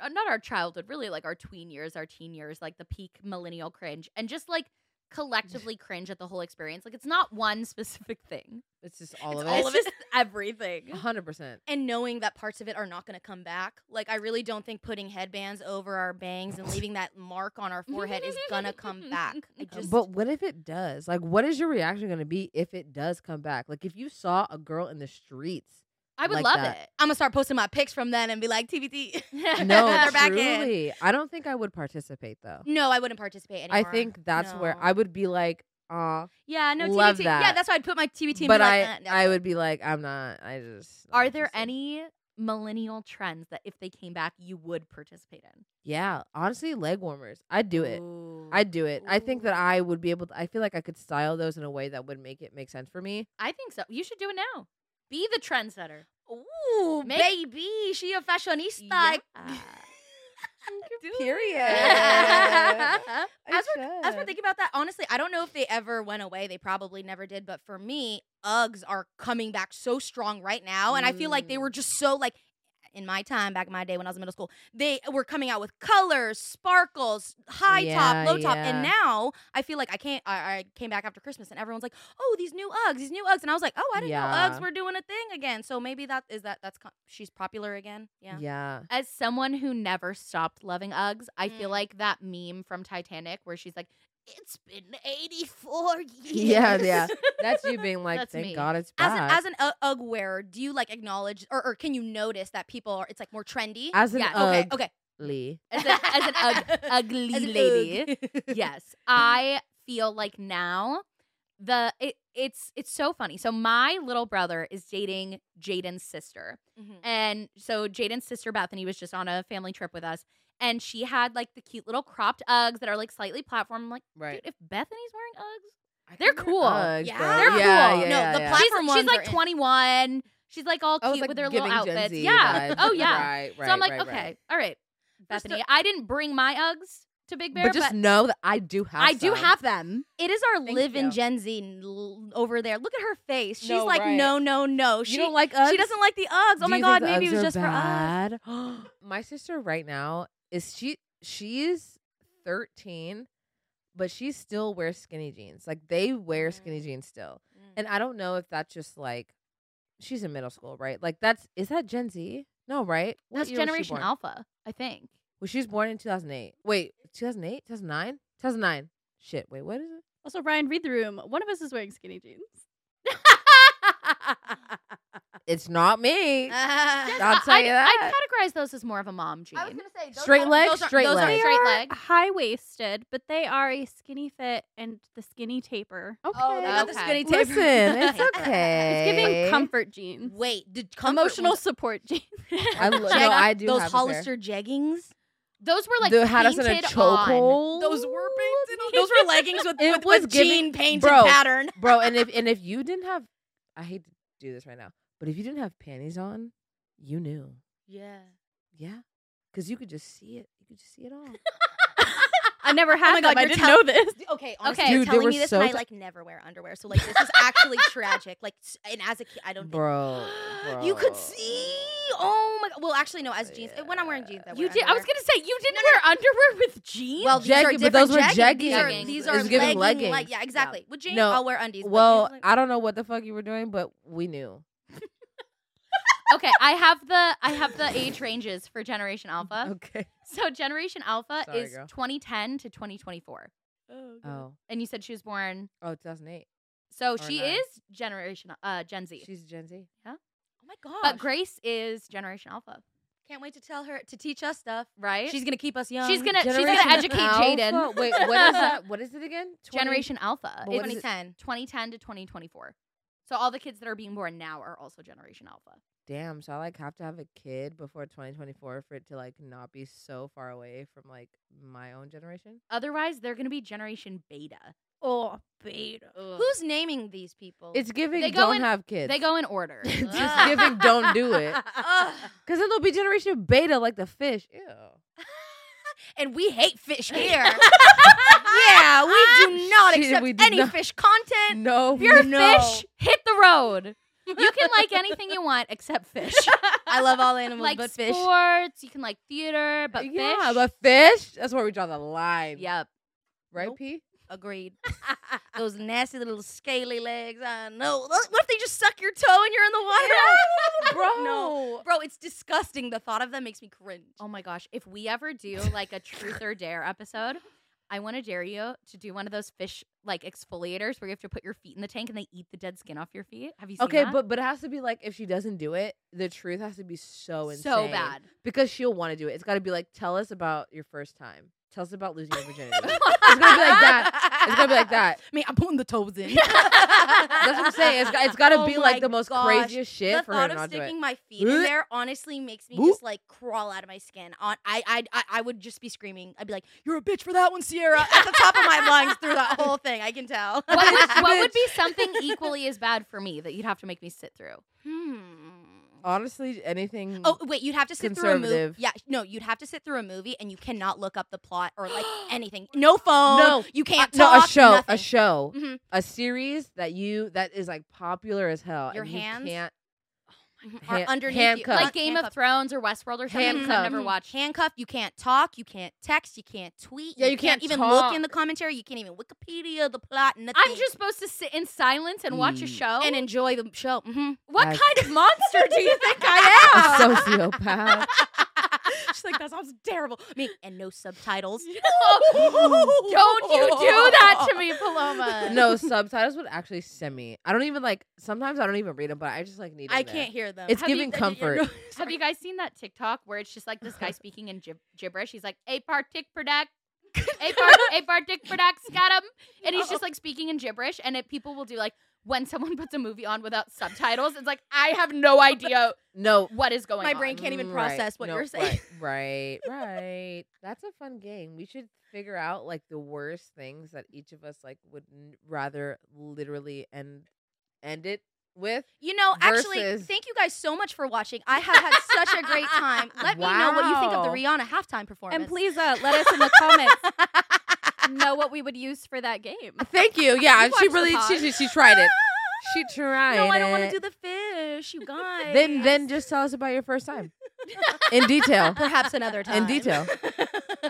[SPEAKER 2] uh, not our childhood, really like our tween years, our teen years, like the peak millennial cringe and just like collectively cringe at the whole experience? Like it's not one specific thing.
[SPEAKER 3] It's just all of
[SPEAKER 4] all
[SPEAKER 3] it.
[SPEAKER 4] of just everything.
[SPEAKER 3] A hundred percent.
[SPEAKER 4] and knowing that parts of it are not going to come back. Like I really don't think putting headbands over our bangs and leaving that mark on our forehead is going to come back. I just
[SPEAKER 3] But what if it does? Like, what is your reaction going to be if it does come back? Like, if you saw a girl in the streets,
[SPEAKER 2] I would
[SPEAKER 3] Like
[SPEAKER 2] love
[SPEAKER 3] that.
[SPEAKER 4] I'm going to start posting my pics from then and be like TBT.
[SPEAKER 3] no,
[SPEAKER 4] They're back in.
[SPEAKER 3] truly, I don't think I would participate though.
[SPEAKER 4] No, I wouldn't participate
[SPEAKER 3] I
[SPEAKER 4] anymore.
[SPEAKER 3] think that's where
[SPEAKER 4] No.
[SPEAKER 3] I would be like, ah,
[SPEAKER 4] Yeah, no
[SPEAKER 3] love
[SPEAKER 4] TBT. Yeah,
[SPEAKER 3] that.
[SPEAKER 4] that's why I'd put my TBT and
[SPEAKER 3] but
[SPEAKER 4] be
[SPEAKER 3] I,
[SPEAKER 4] like, eh, no.
[SPEAKER 3] I would be like, I'm not. I just. not
[SPEAKER 2] Are there
[SPEAKER 3] interested."
[SPEAKER 2] any millennial trends that if they came back you would participate in?
[SPEAKER 3] Yeah, honestly, leg warmers. I'd do it.
[SPEAKER 4] Ooh.
[SPEAKER 3] I'd do it. I think that I would be able to. I feel like I could style those in a way that would make it make sense for me.
[SPEAKER 2] I think so. You should do it now. Be the trendsetter.
[SPEAKER 4] Ooh,
[SPEAKER 2] Make-
[SPEAKER 4] Oh, baby, she a fashionista.
[SPEAKER 2] Yeah. Do it.
[SPEAKER 3] Period.
[SPEAKER 4] as we're, as we're thinking about that, honestly, I don't know if they ever went away. They probably never did. But for me, Uggs are coming back so strong right now, and I feel like they
[SPEAKER 3] Mm.
[SPEAKER 4] were just so like. In my time, back in my day when I was in middle school, they were coming out with colors, sparkles, high
[SPEAKER 3] Yeah,
[SPEAKER 4] top, low top, and
[SPEAKER 3] yeah.
[SPEAKER 4] now I feel like I can't. I, I came back after Christmas, and everyone's like, "Oh, these new Uggs, these new Uggs," and I was like, "Oh, I didn't know
[SPEAKER 3] Yeah.
[SPEAKER 4] Uggs were doing a thing again." So maybe that is that. That's co- she's popular again. Yeah.
[SPEAKER 3] yeah.
[SPEAKER 2] As someone who never stopped loving Uggs, I feel
[SPEAKER 4] Mm.
[SPEAKER 2] like that meme from Titanic where she's like, "It's been eighty-four years."
[SPEAKER 3] Yeah, yeah. that's you being like,
[SPEAKER 2] That's
[SPEAKER 3] thank
[SPEAKER 2] me.
[SPEAKER 3] God it's
[SPEAKER 4] as
[SPEAKER 3] back.
[SPEAKER 4] an as an U- UGG wearer, do you like acknowledge or, or can you notice that people are? It's like more trendy.
[SPEAKER 3] As an
[SPEAKER 2] Yeah,
[SPEAKER 3] ugly,
[SPEAKER 4] okay, okay.
[SPEAKER 2] As an, as an ug- ugly
[SPEAKER 4] As an
[SPEAKER 2] lady.
[SPEAKER 4] Ugg.
[SPEAKER 2] yes, I feel like now the it, it's it's so funny. So my little brother is dating Jaden's sister.
[SPEAKER 3] Mm-hmm.
[SPEAKER 4] Mhm.
[SPEAKER 2] And so Jaden's sister Bethany was just on a family trip with us, and she had like the cute little cropped Uggs that are like slightly platform. I'm like,
[SPEAKER 3] right?
[SPEAKER 2] dude, if Bethany's wearing Uggs,
[SPEAKER 3] I
[SPEAKER 2] they're
[SPEAKER 3] think
[SPEAKER 2] cool.
[SPEAKER 3] Uggs,
[SPEAKER 4] Yeah.
[SPEAKER 3] though.
[SPEAKER 4] They're
[SPEAKER 3] yeah,
[SPEAKER 2] cool.
[SPEAKER 3] Yeah,
[SPEAKER 4] No,
[SPEAKER 3] yeah,
[SPEAKER 4] the
[SPEAKER 3] yeah.
[SPEAKER 4] pla-
[SPEAKER 2] she's,
[SPEAKER 4] Platform
[SPEAKER 2] she's
[SPEAKER 4] ones
[SPEAKER 2] like
[SPEAKER 4] are in-
[SPEAKER 2] 21. She's like all
[SPEAKER 3] I
[SPEAKER 2] cute
[SPEAKER 3] was, Oh, like,
[SPEAKER 2] with her little
[SPEAKER 3] giving Gen
[SPEAKER 2] outfits.
[SPEAKER 3] Z
[SPEAKER 2] Yeah.
[SPEAKER 3] vibes.
[SPEAKER 2] Oh yeah.
[SPEAKER 3] Right, right,
[SPEAKER 2] so I'm like,
[SPEAKER 3] right,
[SPEAKER 2] okay,
[SPEAKER 3] right.
[SPEAKER 2] all right,
[SPEAKER 4] Just
[SPEAKER 2] Bethany. I didn't bring my Uggs to Big Bear,
[SPEAKER 3] but just know that I do have.
[SPEAKER 2] I do
[SPEAKER 3] some.
[SPEAKER 2] have them.
[SPEAKER 4] It is our
[SPEAKER 3] Thank
[SPEAKER 4] live in
[SPEAKER 3] you.
[SPEAKER 4] Gen Z n- l- over there. Look at her face. She's
[SPEAKER 3] No,
[SPEAKER 4] like,
[SPEAKER 3] right.
[SPEAKER 4] no, no, no. She
[SPEAKER 3] you don't like Uggs?
[SPEAKER 4] she doesn't like the Uggs. Oh
[SPEAKER 3] Do
[SPEAKER 4] my
[SPEAKER 3] you think
[SPEAKER 4] god,
[SPEAKER 3] the
[SPEAKER 4] maybe it
[SPEAKER 3] Uggs
[SPEAKER 4] was
[SPEAKER 3] are
[SPEAKER 4] just
[SPEAKER 3] bad? My sister right now is she she's 13, but she still wears skinny jeans. Like they wear
[SPEAKER 2] Mm.
[SPEAKER 3] skinny jeans still.
[SPEAKER 4] for us.
[SPEAKER 3] And I don't know if that's just like she's in middle school, right? Like that's is that Gen Z? No, right? What
[SPEAKER 2] That's
[SPEAKER 3] year was she
[SPEAKER 2] Generation
[SPEAKER 3] born?
[SPEAKER 2] Alpha, I think.
[SPEAKER 3] Well, she was born in 2008. Wait, 2008? 2009? 2009. Shit, wait, what is it?
[SPEAKER 5] Also, Ryan, read the room. One of us is wearing skinny jeans.
[SPEAKER 3] It's not me.
[SPEAKER 4] Ah.
[SPEAKER 3] I'll tell
[SPEAKER 2] I,
[SPEAKER 3] you
[SPEAKER 2] I'd-
[SPEAKER 3] that.
[SPEAKER 2] I'd categorize those as more of a mom jean.
[SPEAKER 4] say
[SPEAKER 3] Straight
[SPEAKER 4] are-
[SPEAKER 3] leg,
[SPEAKER 4] those are-
[SPEAKER 3] straight
[SPEAKER 4] those are
[SPEAKER 3] leg.
[SPEAKER 2] Straight leg.
[SPEAKER 5] High waisted, but they are a skinny fit and the skinny taper.
[SPEAKER 3] Okay.
[SPEAKER 4] Oh, they got the
[SPEAKER 2] Okay.
[SPEAKER 4] skinny taper.
[SPEAKER 3] Listen, it's okay.
[SPEAKER 5] It's giving comfort jeans.
[SPEAKER 4] Wait, the comfort
[SPEAKER 5] Emotional
[SPEAKER 4] ones-
[SPEAKER 5] support jeans.
[SPEAKER 3] I lo- no,
[SPEAKER 4] Jag-
[SPEAKER 3] I do
[SPEAKER 4] those
[SPEAKER 3] have a pair.
[SPEAKER 4] Hollister jeggings.
[SPEAKER 2] Those were like
[SPEAKER 3] They had us in
[SPEAKER 2] painted
[SPEAKER 3] a
[SPEAKER 2] on.
[SPEAKER 3] chokehold.
[SPEAKER 4] were painted. On. Those were leggings with
[SPEAKER 3] It
[SPEAKER 4] with,
[SPEAKER 3] was
[SPEAKER 4] with
[SPEAKER 3] giving-
[SPEAKER 4] jean painted
[SPEAKER 3] bro.
[SPEAKER 4] pattern.
[SPEAKER 3] bro. And if and if you didn't have, I hate to do this right now, but if you didn't have panties on, you knew,
[SPEAKER 4] Yeah.
[SPEAKER 3] yeah, because you could just see it. You could just see it all.
[SPEAKER 5] I never had
[SPEAKER 4] my
[SPEAKER 5] them.
[SPEAKER 4] God,
[SPEAKER 5] I
[SPEAKER 4] you're
[SPEAKER 5] didn't
[SPEAKER 4] tell-
[SPEAKER 5] know this.
[SPEAKER 4] Okay, honestly,
[SPEAKER 2] Okay.
[SPEAKER 4] you're
[SPEAKER 3] Dude, they
[SPEAKER 4] telling
[SPEAKER 3] were
[SPEAKER 4] me this,
[SPEAKER 3] so
[SPEAKER 4] and I
[SPEAKER 3] ti-
[SPEAKER 4] like never wear underwear. So like, this is actually tragic. Like, s- and as a kid, I don't.
[SPEAKER 3] bro,
[SPEAKER 4] think- you could see. Oh my god. Well, actually, no. As jeans, when I'm wearing jeans, I wear
[SPEAKER 2] You did. I was
[SPEAKER 4] underwear.
[SPEAKER 2] gonna say you didn't wear underwear with jeans.
[SPEAKER 4] Well, these are
[SPEAKER 3] Jegging, but
[SPEAKER 4] different
[SPEAKER 3] those were
[SPEAKER 4] jegging. These are
[SPEAKER 3] jeggings.
[SPEAKER 4] these
[SPEAKER 3] It
[SPEAKER 4] are
[SPEAKER 3] was giving
[SPEAKER 4] legging,
[SPEAKER 3] leggings.
[SPEAKER 4] leg- yeah, exactly. With jeans,
[SPEAKER 3] No.
[SPEAKER 4] I'll wear undies. but
[SPEAKER 3] Well,
[SPEAKER 4] jeans, like-
[SPEAKER 3] I don't know what the fuck you were doing, but we knew.
[SPEAKER 2] okay, I have the I have the age ranges for Generation Alpha.
[SPEAKER 3] Okay.
[SPEAKER 2] So Generation Alpha
[SPEAKER 3] Sorry,
[SPEAKER 2] is
[SPEAKER 3] girl.
[SPEAKER 2] 2010 to 2024.
[SPEAKER 3] Oh.
[SPEAKER 2] And you said she was born.
[SPEAKER 3] Oh, 2008.
[SPEAKER 2] So
[SPEAKER 3] Or
[SPEAKER 2] she
[SPEAKER 3] nine.
[SPEAKER 2] is Generation uh, Gen Z.
[SPEAKER 3] She's Gen Z.
[SPEAKER 4] oh my god.
[SPEAKER 2] but Grace is Generation Alpha,
[SPEAKER 4] Can't wait to tell her to teach us stuff.
[SPEAKER 2] right?
[SPEAKER 4] She's gonna keep us young.
[SPEAKER 2] She's gonna- she's gonna
[SPEAKER 4] Generation
[SPEAKER 2] educate Jaden.
[SPEAKER 3] Alpha? Wait, what is that? What is it again? 20?
[SPEAKER 2] Generation Alpha.
[SPEAKER 3] But
[SPEAKER 2] It's
[SPEAKER 3] what is it?
[SPEAKER 4] 2010.
[SPEAKER 2] 2010 to 2024. So all the kids that are being born now are also Generation Alpha.
[SPEAKER 3] Damn. So I like have to have a kid before 2024 for it to like not be so far away from like my own generation.
[SPEAKER 2] Otherwise, they're gonna be Generation Beta.
[SPEAKER 5] Oh, beta.
[SPEAKER 4] Who's naming these people?
[SPEAKER 3] It's giving
[SPEAKER 2] Oh, They go
[SPEAKER 3] don't
[SPEAKER 2] in-
[SPEAKER 3] have kids.
[SPEAKER 2] They go in order.
[SPEAKER 3] Just giving don't do it.
[SPEAKER 4] Ugh.
[SPEAKER 3] Because then there'll be generation beta like the fish. Ew.
[SPEAKER 4] and we hate fish here. yeah, we do not
[SPEAKER 3] Shit,
[SPEAKER 4] accept
[SPEAKER 3] we do
[SPEAKER 4] any
[SPEAKER 3] not-
[SPEAKER 4] fish content.
[SPEAKER 3] No.
[SPEAKER 2] If you're a
[SPEAKER 4] No.
[SPEAKER 2] fish, hit the road. You can like anything you want except fish.
[SPEAKER 4] I love all animals,
[SPEAKER 2] like
[SPEAKER 4] but fish.
[SPEAKER 2] sports. You can like theater, but
[SPEAKER 3] yeah,
[SPEAKER 2] fish.
[SPEAKER 3] but fish. That's where we draw the line.
[SPEAKER 2] yep.
[SPEAKER 3] Right,
[SPEAKER 4] Nope.
[SPEAKER 3] P?
[SPEAKER 4] Agreed. Those nasty little scaly legs. I know. Those- What if they just suck your toe and you're in the water? no. Bro, it's disgusting. The thought of that makes me cringe.
[SPEAKER 2] Oh my gosh! If we ever do like a truth or dare episode, I want to dare you to do one of those fish like exfoliators where you have to put your feet in the tank and they eat the dead skin off your feet. Have you seen
[SPEAKER 3] Okay,
[SPEAKER 2] that?
[SPEAKER 3] but but it has to be like if she doesn't do it, the truth has to be so insane.
[SPEAKER 2] so bad.
[SPEAKER 3] Because she'll want to do it. It's got to be like, tell us about your first time. Tell us about losing your virginity. it's going to be like that. It's going to be like that.
[SPEAKER 4] I mean, I'm putting the toes in.
[SPEAKER 3] That's what I'm saying. It's, got- it's got to
[SPEAKER 4] Oh
[SPEAKER 3] be like
[SPEAKER 4] my
[SPEAKER 3] the most
[SPEAKER 4] gosh.
[SPEAKER 3] craziest shit
[SPEAKER 4] the
[SPEAKER 3] for her
[SPEAKER 4] thought
[SPEAKER 3] to
[SPEAKER 4] of
[SPEAKER 3] not do it.
[SPEAKER 4] sticking my feet in
[SPEAKER 3] Boop.
[SPEAKER 4] there honestly makes me
[SPEAKER 3] Boop.
[SPEAKER 4] just like crawl out of my skin. On I I I, I would just be screaming. I'd be like, "You're a bitch for that one, Sierra!" At the top of my lungs through that whole thing. I can tell.
[SPEAKER 2] What would, what would be something equally as bad for me that you'd have to make me sit through?
[SPEAKER 4] Hmm.
[SPEAKER 3] Honestly, anything.
[SPEAKER 4] Oh wait, you'd have to sit through a movie.
[SPEAKER 3] Conservative.
[SPEAKER 4] Yeah, no, you'd have to sit through a movie, and you cannot look up the plot or like anything. No phone.
[SPEAKER 3] No.
[SPEAKER 4] you can't.
[SPEAKER 3] Uh, no,
[SPEAKER 4] talk,
[SPEAKER 3] a show,
[SPEAKER 4] nothing.
[SPEAKER 3] a show,
[SPEAKER 4] Mhm.
[SPEAKER 3] a series that you that is like popular as hell.
[SPEAKER 4] Your
[SPEAKER 3] and you
[SPEAKER 4] hands?
[SPEAKER 3] can't
[SPEAKER 4] Mm-hmm. Or
[SPEAKER 3] hand-
[SPEAKER 4] underneath
[SPEAKER 3] handcuffed.
[SPEAKER 4] you,
[SPEAKER 2] Like Game of
[SPEAKER 4] handcuffed.
[SPEAKER 2] Thrones or Westworld or something 'cause I've never
[SPEAKER 4] Mhm.
[SPEAKER 2] watched.
[SPEAKER 4] Handcuffed. You can't talk. You can't text. You can't tweet.
[SPEAKER 3] Yeah, you can't
[SPEAKER 4] even look in the commentary. You can't even Wikipedia the plot. Nothing.
[SPEAKER 2] I'm just supposed to sit in silence and watch a
[SPEAKER 3] Mm.
[SPEAKER 2] show. Mm-hmm.
[SPEAKER 4] and enjoy the show. hmm
[SPEAKER 2] what
[SPEAKER 3] I-
[SPEAKER 2] kind of monster do you think I am?
[SPEAKER 3] a sociopath.
[SPEAKER 4] She's like, that sounds terrible. I mean, and no subtitles.
[SPEAKER 2] Don't you do that to me, Paloma?
[SPEAKER 3] no subtitles would actually send me. I don't even like. Sometimes I don't even read them, but I just like need. 'em
[SPEAKER 4] I
[SPEAKER 3] there.
[SPEAKER 4] can't hear them.
[SPEAKER 3] It's
[SPEAKER 2] Have you-
[SPEAKER 3] giving
[SPEAKER 2] uh, yeah,
[SPEAKER 3] comfort.
[SPEAKER 4] no.
[SPEAKER 2] Have you guys seen that TikTok where it's just like this guy speaking in gib- gibberish? He's like, a partic product. a part, a partic product, scatum. And he's just like speaking in gibberish. And it, people will do like, when someone puts a movie on without subtitles, it's like, I have no idea
[SPEAKER 3] No,
[SPEAKER 2] what is going
[SPEAKER 4] My
[SPEAKER 2] on.
[SPEAKER 4] brain can't even
[SPEAKER 3] Mm, right,
[SPEAKER 4] process what
[SPEAKER 3] no,
[SPEAKER 4] you're saying.
[SPEAKER 3] Right, right, right. That's a fun game. We should figure out like the worst things that each of us like would n- rather literally end end it with.
[SPEAKER 4] You know, actually,
[SPEAKER 3] Versus-
[SPEAKER 4] thank you guys so much for watching. I have had such a great time. Let me know what you think of the Rihanna halftime performance.
[SPEAKER 5] And please uh, let us in the comments know what we would use for that game.
[SPEAKER 3] Uh, Thank you. Yeah,
[SPEAKER 2] You
[SPEAKER 3] she
[SPEAKER 2] watched the
[SPEAKER 3] really she,
[SPEAKER 2] pod.
[SPEAKER 3] she she tried it. She tried.
[SPEAKER 4] No, I don't want to
[SPEAKER 3] it.
[SPEAKER 4] do the fish, you guys.
[SPEAKER 3] Then then just tell us about your first time in detail.
[SPEAKER 4] perhaps another time.
[SPEAKER 3] detail.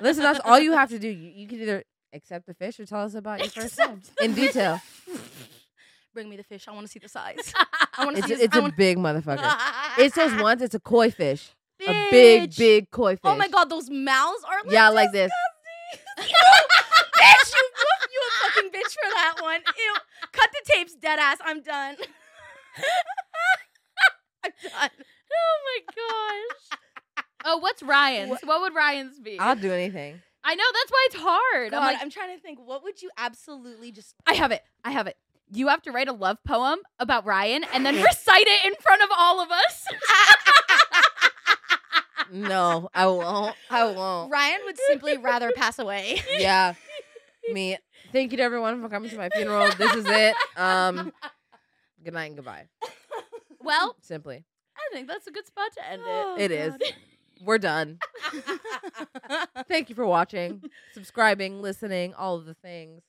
[SPEAKER 3] Listen, that's all you have to do. You, you can either accept the fish or tell us about your first time in detail.
[SPEAKER 4] Bring me the fish. I want to see the size. I want to
[SPEAKER 3] It's
[SPEAKER 4] see.
[SPEAKER 3] a, it's
[SPEAKER 4] I
[SPEAKER 3] a
[SPEAKER 4] wanna-
[SPEAKER 3] big motherfucker. It says once it's a koi fish, a big
[SPEAKER 4] Bitch.
[SPEAKER 3] big koi fish.
[SPEAKER 4] Oh my god, those mouths are like
[SPEAKER 3] Yeah, like this.
[SPEAKER 4] disgusting. Ew. bitch, you, you a fucking bitch for that one. Ew. Cut the tapes, dead ass. I'm done. I'm done.
[SPEAKER 2] Oh my gosh. Oh, what's Ryan's? What, would Ryan's be?
[SPEAKER 3] I'll do anything.
[SPEAKER 2] I know that's why it's hard.
[SPEAKER 4] God,
[SPEAKER 2] I'm like,
[SPEAKER 4] I'm trying to think. What would you absolutely just?
[SPEAKER 2] I have it. I have it. You have to write a love poem about Ryan and then recite it in front of all of us.
[SPEAKER 3] No, I won't. I won't.
[SPEAKER 4] Ryan would simply rather pass away.
[SPEAKER 3] Yeah, me. Thank you to everyone for coming to my funeral. This is it. Um, good night and goodbye.
[SPEAKER 2] well,
[SPEAKER 3] Simply,
[SPEAKER 2] I think that's a good spot to end it.
[SPEAKER 4] Oh
[SPEAKER 3] it is. We're done. Thank you for watching, subscribing, listening, all of the things.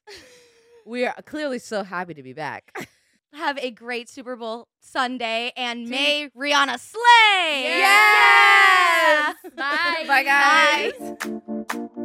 [SPEAKER 3] We are clearly so happy to be back.
[SPEAKER 4] Have a great Super Bowl Sunday and
[SPEAKER 3] Dude.
[SPEAKER 4] may Rihanna slay.
[SPEAKER 3] Yes.
[SPEAKER 4] Yeah.
[SPEAKER 3] Bye.
[SPEAKER 7] Bye, guys.
[SPEAKER 4] Bye.